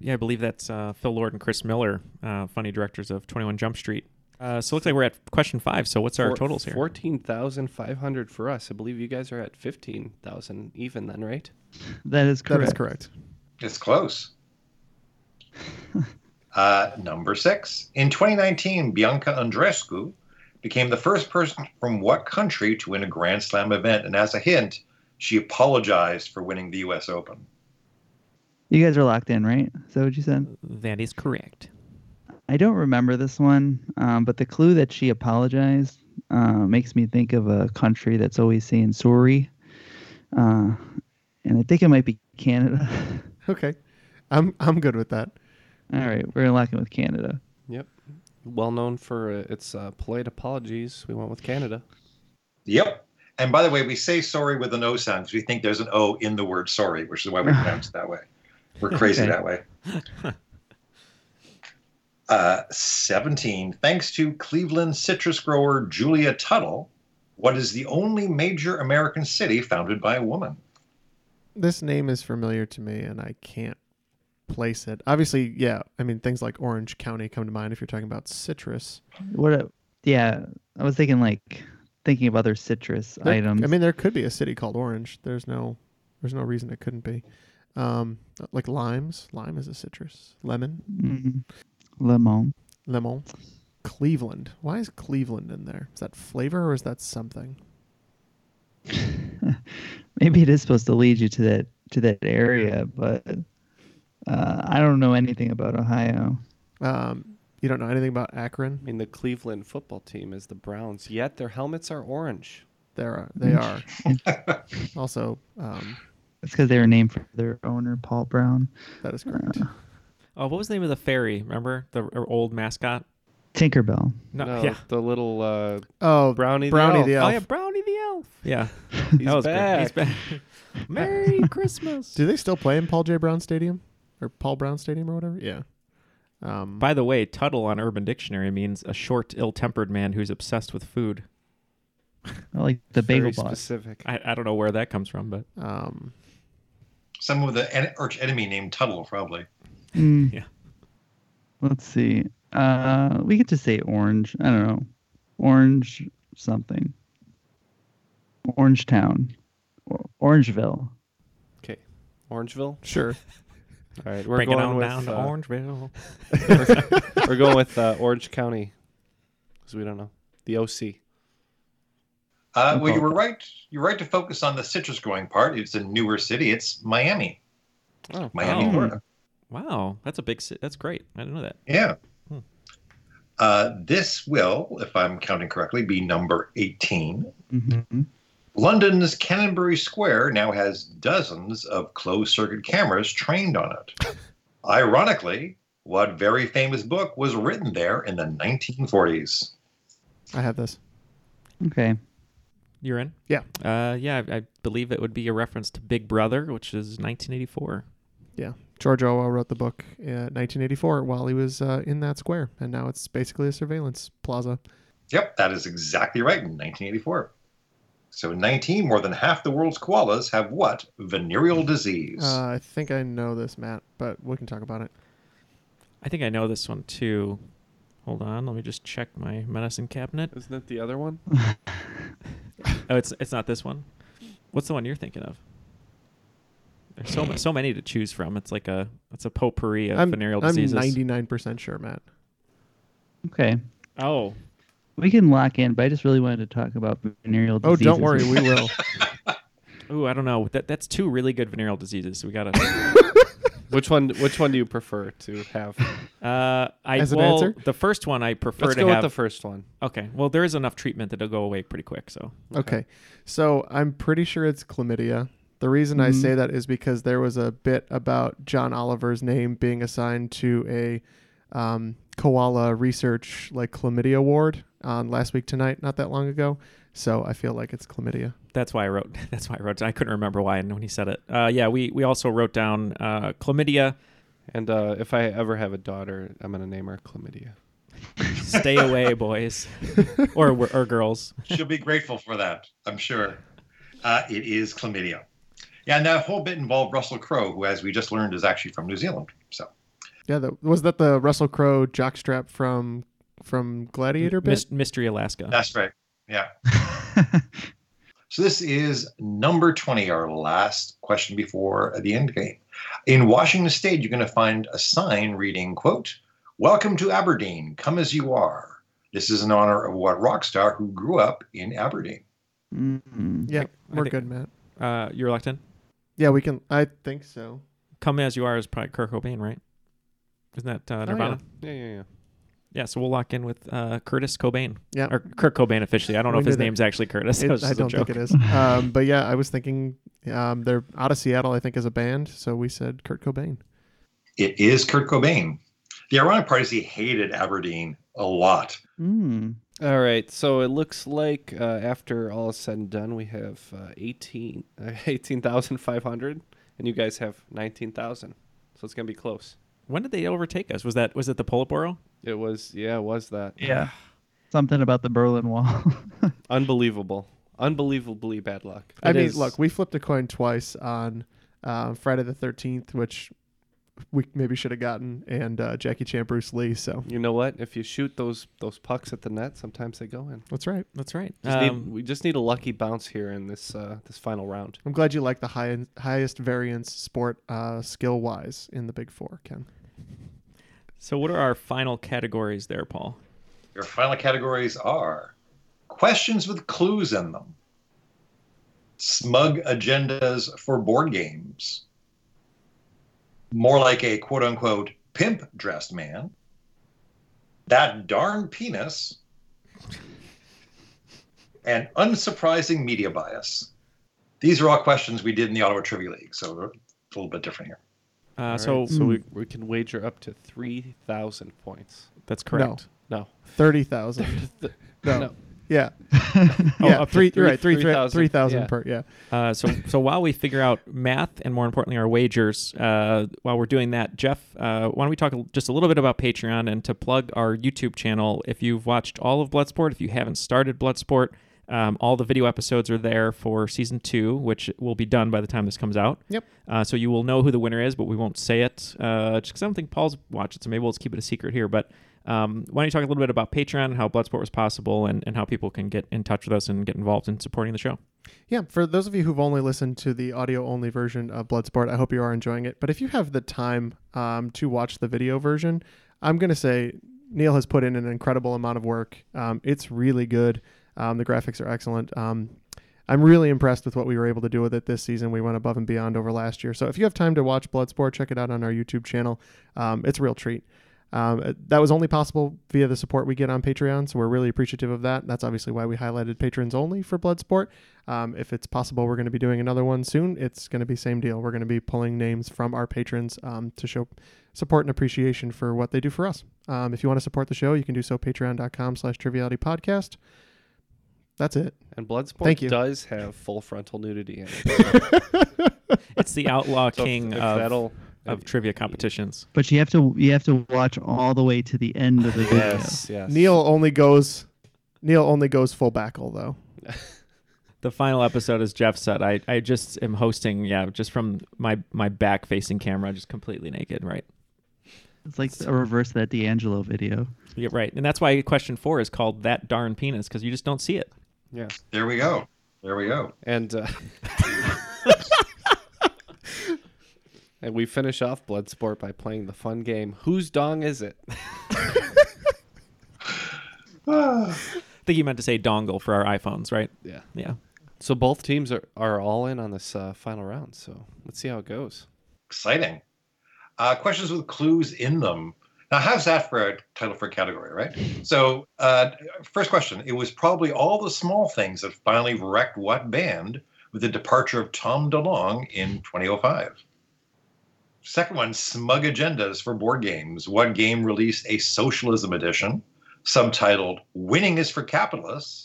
B: Yeah, I believe that's uh, Phil Lord and Chris Miller, uh, funny directors of 21 Jump Street. Uh, so it looks like we're at question five. So what's our
E: Four-
B: totals here?
E: 14,500 for us. I believe you guys are at 15,000 even then, right?
F: That is correct.
D: correct.
G: It's close. uh, number six. In 2019, Bianca Andreescu became the first person from what country to win a Grand Slam event? And as a hint, she apologized for winning the U.S. Open.
F: You guys are locked in, right? Is that what you said?
B: That is correct.
F: I don't remember this one, um, but the clue that she apologized uh, makes me think of a country that's always saying sorry, uh, and I think it might be Canada.
D: Okay, I'm I'm good with that.
F: All right, we're gonna lock in with Canada.
E: Yep. Well known for uh, its uh, polite apologies. We went with Canada.
G: Yep. And by the way, we say sorry with an O sound because we think there's an O in the word sorry, which is why we pronounce it that way. We're crazy
F: Okay.
G: that way. Uh, 17. Thanks to Cleveland citrus grower Julia Tuttle, what is the only major American city founded by a woman?
D: This name is familiar to me, and I can't place it. Obviously, yeah. I mean, things like Orange County come to mind if you're talking about citrus.
F: What? A, yeah, I was thinking like thinking of other citrus
D: There-
F: items.
D: I mean, there could be a city called Orange. There's no, there's no reason it couldn't be. Um, like limes. Lime is a citrus. Lemon.
F: Mhm.
D: Mm-hmm.
F: lemon.
D: Lemon. Cleveland. Why is Cleveland in there? Is that flavor or is that something?
F: Maybe it is supposed to lead you to that to that area, but uh, I don't know anything about Ohio.
D: Um, you don't know anything about Akron?
E: I mean, the Cleveland football team is the Browns, yet their helmets are orange.
D: There are. They are. also, um,
F: It's because they were named for their owner, Paul Brown.
D: that is correct.
B: Oh, what was the name of the fairy? Remember the our old mascot?
F: Tinkerbell.
B: No,
E: no,
B: yeah.
E: the little uh,
D: Oh,
E: Brownie the
D: Brownie
E: Elf.
D: the elf.
B: Oh yeah, Brownie the elf. Yeah,
E: he's
B: that was
E: back.
B: great. He's back. Merry Christmas.
D: Do they still play in Paul J. Brown Stadium or Paul Brown Stadium or whatever? Yeah. Um,
B: By the way, Tuttle on Urban Dictionary means a short, ill-tempered man who's obsessed with food.
F: I like the
E: Very
F: bagel boss.
E: specific.
B: I, I don't know where that comes from, but
D: um,
G: Some of the en- arch enemy named Tuttle, probably.
F: Mm.
B: Yeah.
F: Let's see. Uh, we could just say orange. I don't know. Orange something. Orange Town. Or- Orangeville.
E: Okay, Orangeville.
D: sure.
E: All right, we're
B: bring it
E: going
B: on
E: with
B: down to
E: uh,
B: Orangeville.
E: we're going with uh, Orange County because we don't know the OC.
G: Uh, well, you were right. You're right to focus on the citrus growing part. It's a newer city. It's Miami,
E: Oh,
G: Miami,
B: Oh.
G: Florida.
B: Wow, that's a big. ci- That's great. I didn't know that.
G: Yeah.
B: Hmm.
G: Uh, this will, if I'm counting correctly, be number 18.
F: hmm
G: London's Canterbury Square now has dozens of closed circuit cameras trained on it. Ironically, what very famous book was written there in the 1940s?
D: I have this.
F: Okay.
B: You're in.
D: Yeah.
B: Uh, yeah, I, I believe it would be a reference to Big Brother, which is 1984.
D: Yeah. George Orwell wrote the book in 1984 while he was uh, in that square, and now it's basically a surveillance plaza.
G: Yep, that is exactly right, in 1984. So, in 19, more than half the world's koalas have what? Venereal disease.
D: Uh, I think I know this, Matt, but we can talk about it.
B: I think I know this one too. Hold on, let me just check my medicine cabinet.
E: Isn't that the other one?
B: Oh, it's it's not this one. What's the one you're thinking of? There's so ma- so many to choose from. It's like a it's a potpourri of
D: I'm,
B: venereal
D: I'm
B: diseases.
D: 99% sure, Matt.
F: Okay.
B: Oh,
F: We can lock in, but I just really wanted to talk about venereal
D: Oh,
F: disease.
D: don't worry. We will.
B: ooh, I don't know. That that's two really good venereal diseases. So we gotta.
E: Which one? Which one do you prefer to have?
B: Uh, I
D: As an
B: well,
D: answer?
B: the first one I prefer
E: Let's
B: to
E: go
B: have.
E: with the first one.
B: okay, well there is enough treatment that'll go away pretty quick. So
D: Okay. So I'm pretty sure it's chlamydia, The reason I
B: Mm-hmm.
F: Mhm.
D: say that is because there was a bit about John Oliver's name being assigned to a um, koala research like chlamydia award on last week tonight, not that long ago. So I feel like it's chlamydia.
B: That's why I wrote. That's why I wrote. I couldn't remember why and when he said it. Uh, yeah, we we also wrote down uh, chlamydia.
E: And uh, if I ever have a daughter, I'm gonna name her chlamydia.
B: Stay away, boys, or or girls.
G: She'll be grateful for that, I'm sure. Uh, it is chlamydia. Yeah, and that whole bit involved Russell Crowe, who, as we just learned, is actually from New Zealand. So
D: Yeah, that, was that the Russell Crowe jockstrap from from Gladiator bit?
B: Mys- Mystery Alaska.
G: that's right. Yeah. so this is number 20, our last question before the end game. In Washington State, you're going to find a sign reading, quote, Welcome to Aberdeen, come as you are. This is in honor of what rock star who grew up in Aberdeen.
F: Mm.
D: yeah,
B: I
D: we're
B: think-
D: good, Matt.
B: Uh, you're locked in.
D: Yeah, we can. I think so.
B: Come as you are is probably Kurt Cobain, right? Isn't that uh,
E: Oh,
B: Nirvana?
E: yeah. yeah, yeah, yeah.
B: yeah. so we'll lock in with uh, Curtis Cobain.
D: Yeah.
B: Or Kurt Cobain officially. I don't know
D: We
B: if his
D: knew that.
B: name's actually Curtis.
D: It-
B: that was
D: I
B: just
D: don't
B: a joke.
D: think it is. Um, but yeah, I was thinking um, they're out of Seattle, I think, as a band. So we said Kurt Cobain.
G: It is Kurt Cobain. The ironic part is he hated Aberdeen a lot.
F: Mm.
E: All right, so it looks like uh, after all is said and done, we have uh, 18 uh, 18,500, and you guys have 19,000. So it's going to be close.
B: When did they overtake us? Was that was it the Politburo?
E: It was, yeah, it was that.
F: Yeah. Something about the Berlin Wall.
E: Unbelievable. Unbelievably bad luck.
D: I
E: It
D: mean,
E: is-
D: look, we flipped a coin twice on uh, Friday the 13th, which we maybe should have gotten, and uh, Jackie Chan Bruce Lee. So
E: You know what? If you shoot those those pucks at the net, sometimes they go in.
D: that's right.
B: That's right.
E: Just
B: Um,
E: need, we just need a lucky bounce here in this uh, this final round.
D: I'm glad you like the high, highest variance sport uh, skill wise in the Big Four, Ken.
B: so what are our final categories there, Paul?
G: Your final categories are questions with clues in them, smug agendas for board games, more like a quote unquote pimp dressed man, that darn penis, and unsurprising media bias. These are all questions we did in the Ottawa Trivia League, so they're a little bit different here.
B: Uh,
E: All right,
B: so
D: Hmm.
E: so
D: Mm.
E: we, we can wager up to 3,000 points.
B: that's correct.
E: No.
D: 30,000. no.
E: No.
D: Yeah. yeah.
B: up to
D: Three,
B: three-
D: you're right. Three,
E: 3,000,
D: 3,000
E: yeah.
D: per. Yeah.
B: Uh, so, so while we figure out math and more importantly our wagers, uh, while we're doing that, Jeff, uh, why don't we talk a- just a little bit about Patreon and to plug our YouTube channel? If you've watched all of Bloodsport, if you haven't started Bloodsport, um, all the video episodes are there for season two, which will be done by the time this comes out.
D: Yep.
B: Uh, so you will know who the winner is, but we won't say it uh, just because I don't think Paul's watched it, so maybe we'll just keep it a secret here. But um, why don't you talk a little bit about Patreon and how Bloodsport was possible and, and how people can get in touch with us and get involved in supporting the show?
D: Yeah, for those of you who've only listened to the audio only version of Bloodsport, I hope you are enjoying it. But if you have the time um, to watch the video version, I'm going to say Neil has put in an incredible amount of work. Um, it's really good. Um, the graphics are excellent. Um, I'm really impressed with what we were able to do with it this season. We went above and beyond over last year. So if you have time to watch Bloodsport, check it out on our YouTube channel. Um, it's a real treat. Um, uh, that was only possible via the support we get on Patreon, so we're really appreciative of that. That's obviously why we highlighted patrons only for Bloodsport. Um, if it's possible, we're going to be doing another one soon. It's going to be same deal. We're going to be pulling names from our patrons um, to show support and appreciation for what they do for us. Um, if you want to support the show, you can do so patreon.com slash triviality podcast. That's it.
E: And Bloodsport
D: Thank you.
E: does have full frontal nudity in it.
B: It's the outlaw
E: So if-
B: king
E: if
B: of,
E: that'll-
B: of trivia competitions.
F: but you have to you have to watch all the way to the end of the video.
E: yes, yes.
D: Neil only goes Neil only goes full backle though.
B: The final episode, as Jeff said, I, I just am hosting, yeah, just from my, my back facing camera, just completely naked, right?
F: It's like a reverse of that D'Angelo video.
B: Yeah, right. And that's why question four is called That Darn Penis, because you just don't see it.
E: Yeah.
G: There we go. There we go.
E: And uh, and we finish off Bloodsport by playing the fun game Whose Dong Is It?
B: I think you meant to say dongle for our iPhones, right?
E: Yeah.
B: Yeah.
E: So both teams are, are all in on this uh, final round. So let's see how it goes.
G: Exciting. Uh, questions with clues in them. Now, how's that for a title for a category, right? So, uh, first question. It was probably all the small things that finally wrecked what band with the departure of Tom DeLong in 2005. Second one, Smug Agendas for Board Games. One game released a socialism edition subtitled Winning is for Capitalists,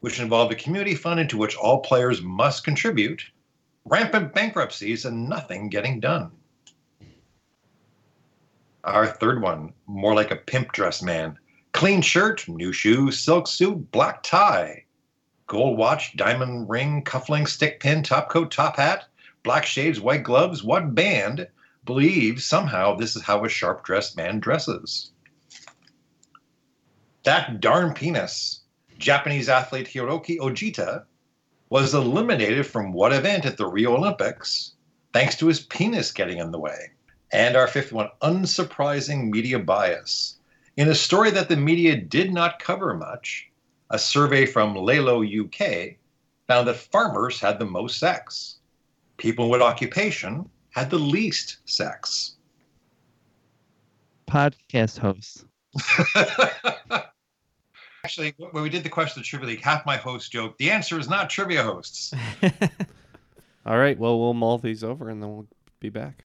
G: which involved a community fund into which all players must contribute, rampant bankruptcies, and nothing getting done. Our third one, more like a pimp dress man. Clean shirt, new shoe, silk suit, black tie, gold watch, diamond ring, cufflink, stick pin, top coat, top hat, black shades, white gloves. What band believes somehow this is how a sharp dressed man dresses? That darn penis. Japanese athlete Hiroki Ojita was eliminated from what event at the Rio Olympics thanks to his penis getting in the way. And our fifth one unsurprising media bias. In a story that the media did not cover much, a survey from Lalo UK found that farmers had the most sex. People with occupation had the least sex.
F: Podcast hosts.
G: Actually, when we did the question of the Trivia League, half my host joke the answer is not trivia hosts.
E: All right. Well, we'll mull these over and then we'll be back.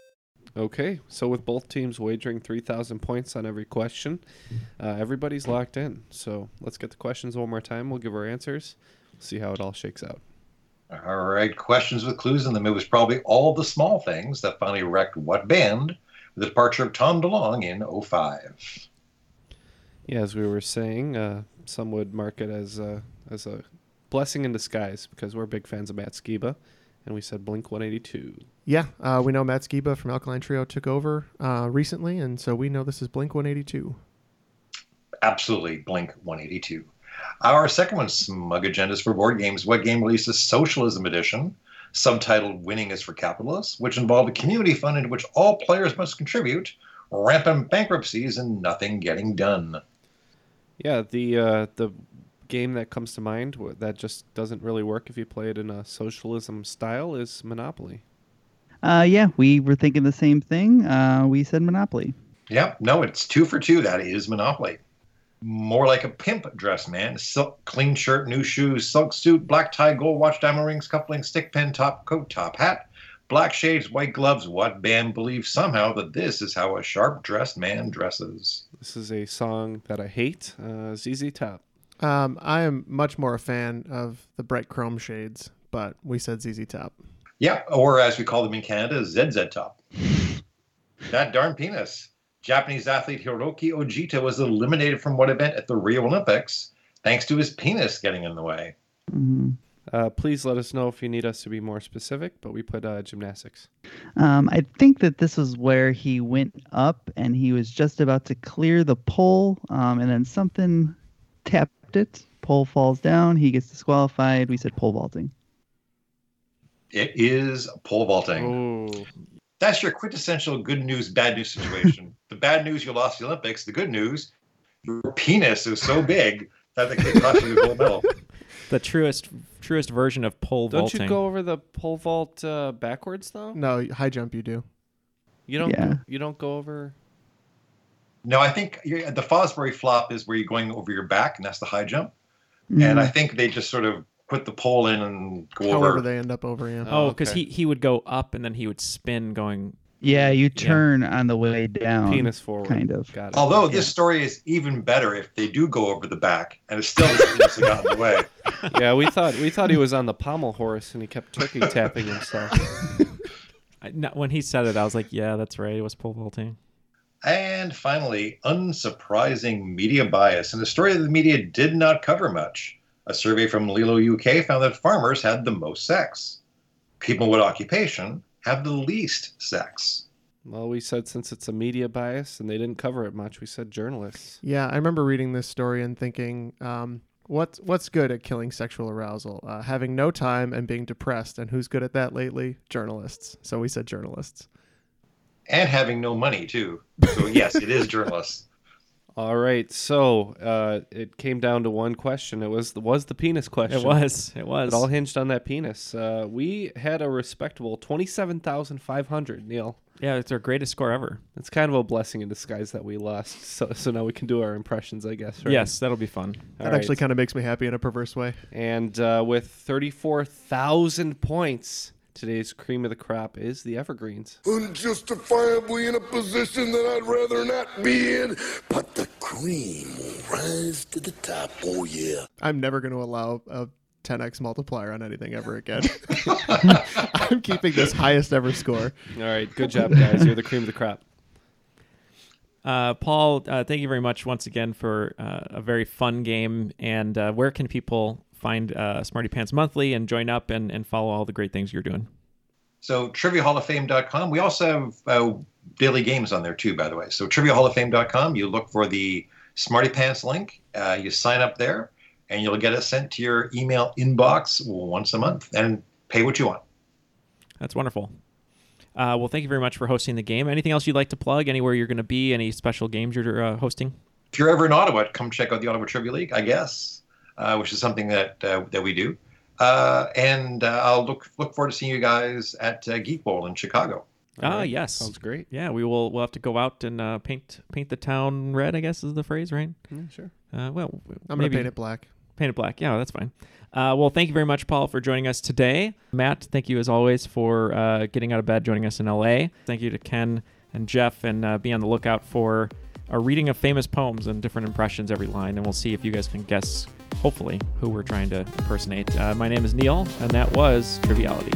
E: Okay, so with both teams wagering 3,000 points on every question, uh, everybody's locked in. So let's get the questions one more time. We'll give our answers, see how it all shakes out.
G: All right, questions with clues in them. It was probably all the small things that finally wrecked what band with the departure of Tom DeLong in 05.
E: Yeah, as we were saying, uh, some would mark it as a, as a blessing in disguise because we're big fans of Matt Skiba, and we said Blink 182.
D: Yeah, uh, we know Matt Skiba from Alkaline Trio took over uh, recently, and so we know this is Blink 182.
G: absolutely blink 182 our second one smug agendas for board games what game released a socialism edition subtitled winning is for capitalists which involved a community fund into which all players must contribute rampant bankruptcies and nothing getting done
E: Yeah, the uh, the game that comes to mind w- that just doesn't really work if you play it in a socialism style is Monopoly.
F: Uh, yeah, we were thinking the same thing. Uh, we said Monopoly.
G: yep no it's two for two that is monopoly more like a pimp dress man silk clean shirt new shoes silk suit black tie gold watch diamond rings cufflinks stick pin top coat top hat black shades white gloves what band believes somehow that this is how a sharp dressed man dresses
E: This is a song that I hate. Uh, ZZ Top.
D: Um, I am much more a fan of the bright chrome shades, but we said ZZ Top.
G: Yeah, or as we call them in Canada, ZZ Top. that darn penis. Japanese athlete Hiroki Ojita was eliminated from what event at the Rio Olympics thanks to his penis getting in the way.
F: Mm-hmm.
E: Uh, please let us know if you need us to be more specific, but we put uh, gymnastics.
F: Um, I think that this was where he went up and he was just about to clear the pole, um, and then something tapped it. Pole falls down. He gets disqualified. We said pole vaulting.
G: It is pole
E: Oh,
G: vaulting. That's your quintessential good news, bad news situation. the bad news, you lost the Olympics. The good news, your penis is so big that it could cost you a gold medal.
B: The truest truest version of pole
E: Don't
B: vaulting.
E: you go over the pole vault uh, backwards though?
D: No, high jump you do.
E: You don't.
D: Yeah.
E: You don't go over.
G: No, I think you're, the Fosbury flop is where you're going over your back, and that's the high jump.
F: Mm-hmm.
G: And I think they just sort of put the pole in and go
D: However,
G: over.
B: Uh.
D: they end up over you.
B: Oh, because he, he would go up and then he would spin going
F: Yeah, you turn on the way down.
E: Penis forward.
F: Um, Kind of.
G: Although this story is even better if they do go over the back and it still doesn't seem to got in the way.
E: yeah, we thought we thought he was on the pommel horse and he kept turkey tapping himself.
B: I, no, when he said it, I was like, yeah, that's right. It was pole vaulting.
G: And finally, unsurprising media bias and a story that the media did not cover much. A survey from Lilo UK found that farmers had the most sex. People with occupation have the least sex.
E: Well, we said since it's a media bias and they didn't cover it much, we said journalists.
D: Yeah, I remember reading this story and thinking, um, what's what's good at killing sexual arousal? Uh, having no time and being depressed. And who's good at that lately? Journalists. So we said journalists.
G: And having no money, too. So, yes, it is journalists.
E: All right, so uh, it came down to one question. It was the, was the penis question.
B: It was, it was.
E: It all hinged on that penis. Uh, we had a respectable twenty-seven thousand five hundred. Neil,
B: Yeah, it's our greatest score ever.
E: it's kind of a blessing in disguise that we lost. So so now we can do our impressions, I guess. Right?
B: Yes, that'll be fun.
D: That actually kind of makes me happy in a perverse way.
E: And uh, with thirty-four thousand points, today's cream of the crop is the Evergreens.
H: Unjustifiably in a position that I'd rather not be in, but the cream will rise to the top. Oh, yeah.
D: I'm never going to allow a 10x multiplier on anything ever again. I'm keeping this highest ever score.
E: All right, good job, guys. You're the cream of the crop.
B: Uh, Paul, uh, thank you very much once again for uh, a very fun game. And uh, where can people find uh, Smarty Pants Monthly and join up and, and follow all the great things you're doing?
G: So triviahalloffame.com. We also have uh, daily games on there too, by the way. So triviahalloffame.com. You look for the Smarty Pants link. Uh, you sign up there, and you'll get it sent to your email inbox once a month, and pay what you want.
B: That's wonderful. Uh, well, thank you very much for hosting the game. Anything else you'd like to plug? Anywhere you're going to be? Any special games you're uh, hosting?
G: If you're ever in Ottawa, come check out the Ottawa Trivia League, I guess, uh, which is something that uh, that we do. Uh, and uh, I'll look look forward to seeing you guys at uh, Geek Bowl in Chicago.
B: Ah, yes. Sounds
E: great.
B: Yeah, we will. We'll have to go out and uh, paint paint the town red. I guess is the phrase, right?
E: sure.
B: Uh, well,
D: I'm
B: maybe-
D: gonna paint it black.
B: Paint it black. Yeah, that's fine. Uh, well, thank you very much, Paul, for joining us today. Matt, thank you as always for uh, getting out of bed, joining us in LA. Thank you to Ken and Jeff, and uh, be on the lookout for a reading of famous poems and different impressions every line. And we'll see if you guys can guess, hopefully, who we're trying to impersonate. Uh, my name is Neil, and that was Triviality.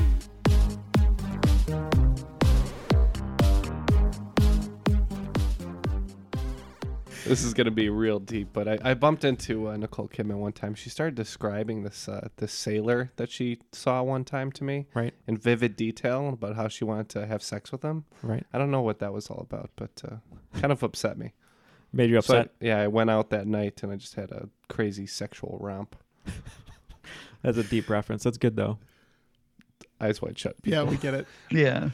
E: This is gonna be real deep, but I, I bumped into uh, Nicole Kidman one time. She started describing this uh, this sailor that she saw one time to me,
B: Right.
E: in vivid detail about how she wanted to have sex with him.
B: Right.
E: I don't know what that was all about, but uh, kind of upset me.
B: Made you
E: So I-
B: upset?
E: yeah, I went out that night and I just had a crazy sexual romp.
B: That's a deep reference. That's good though.
E: Eyes wide shut.
D: Yeah,
E: people.
D: we get it.
F: Yeah.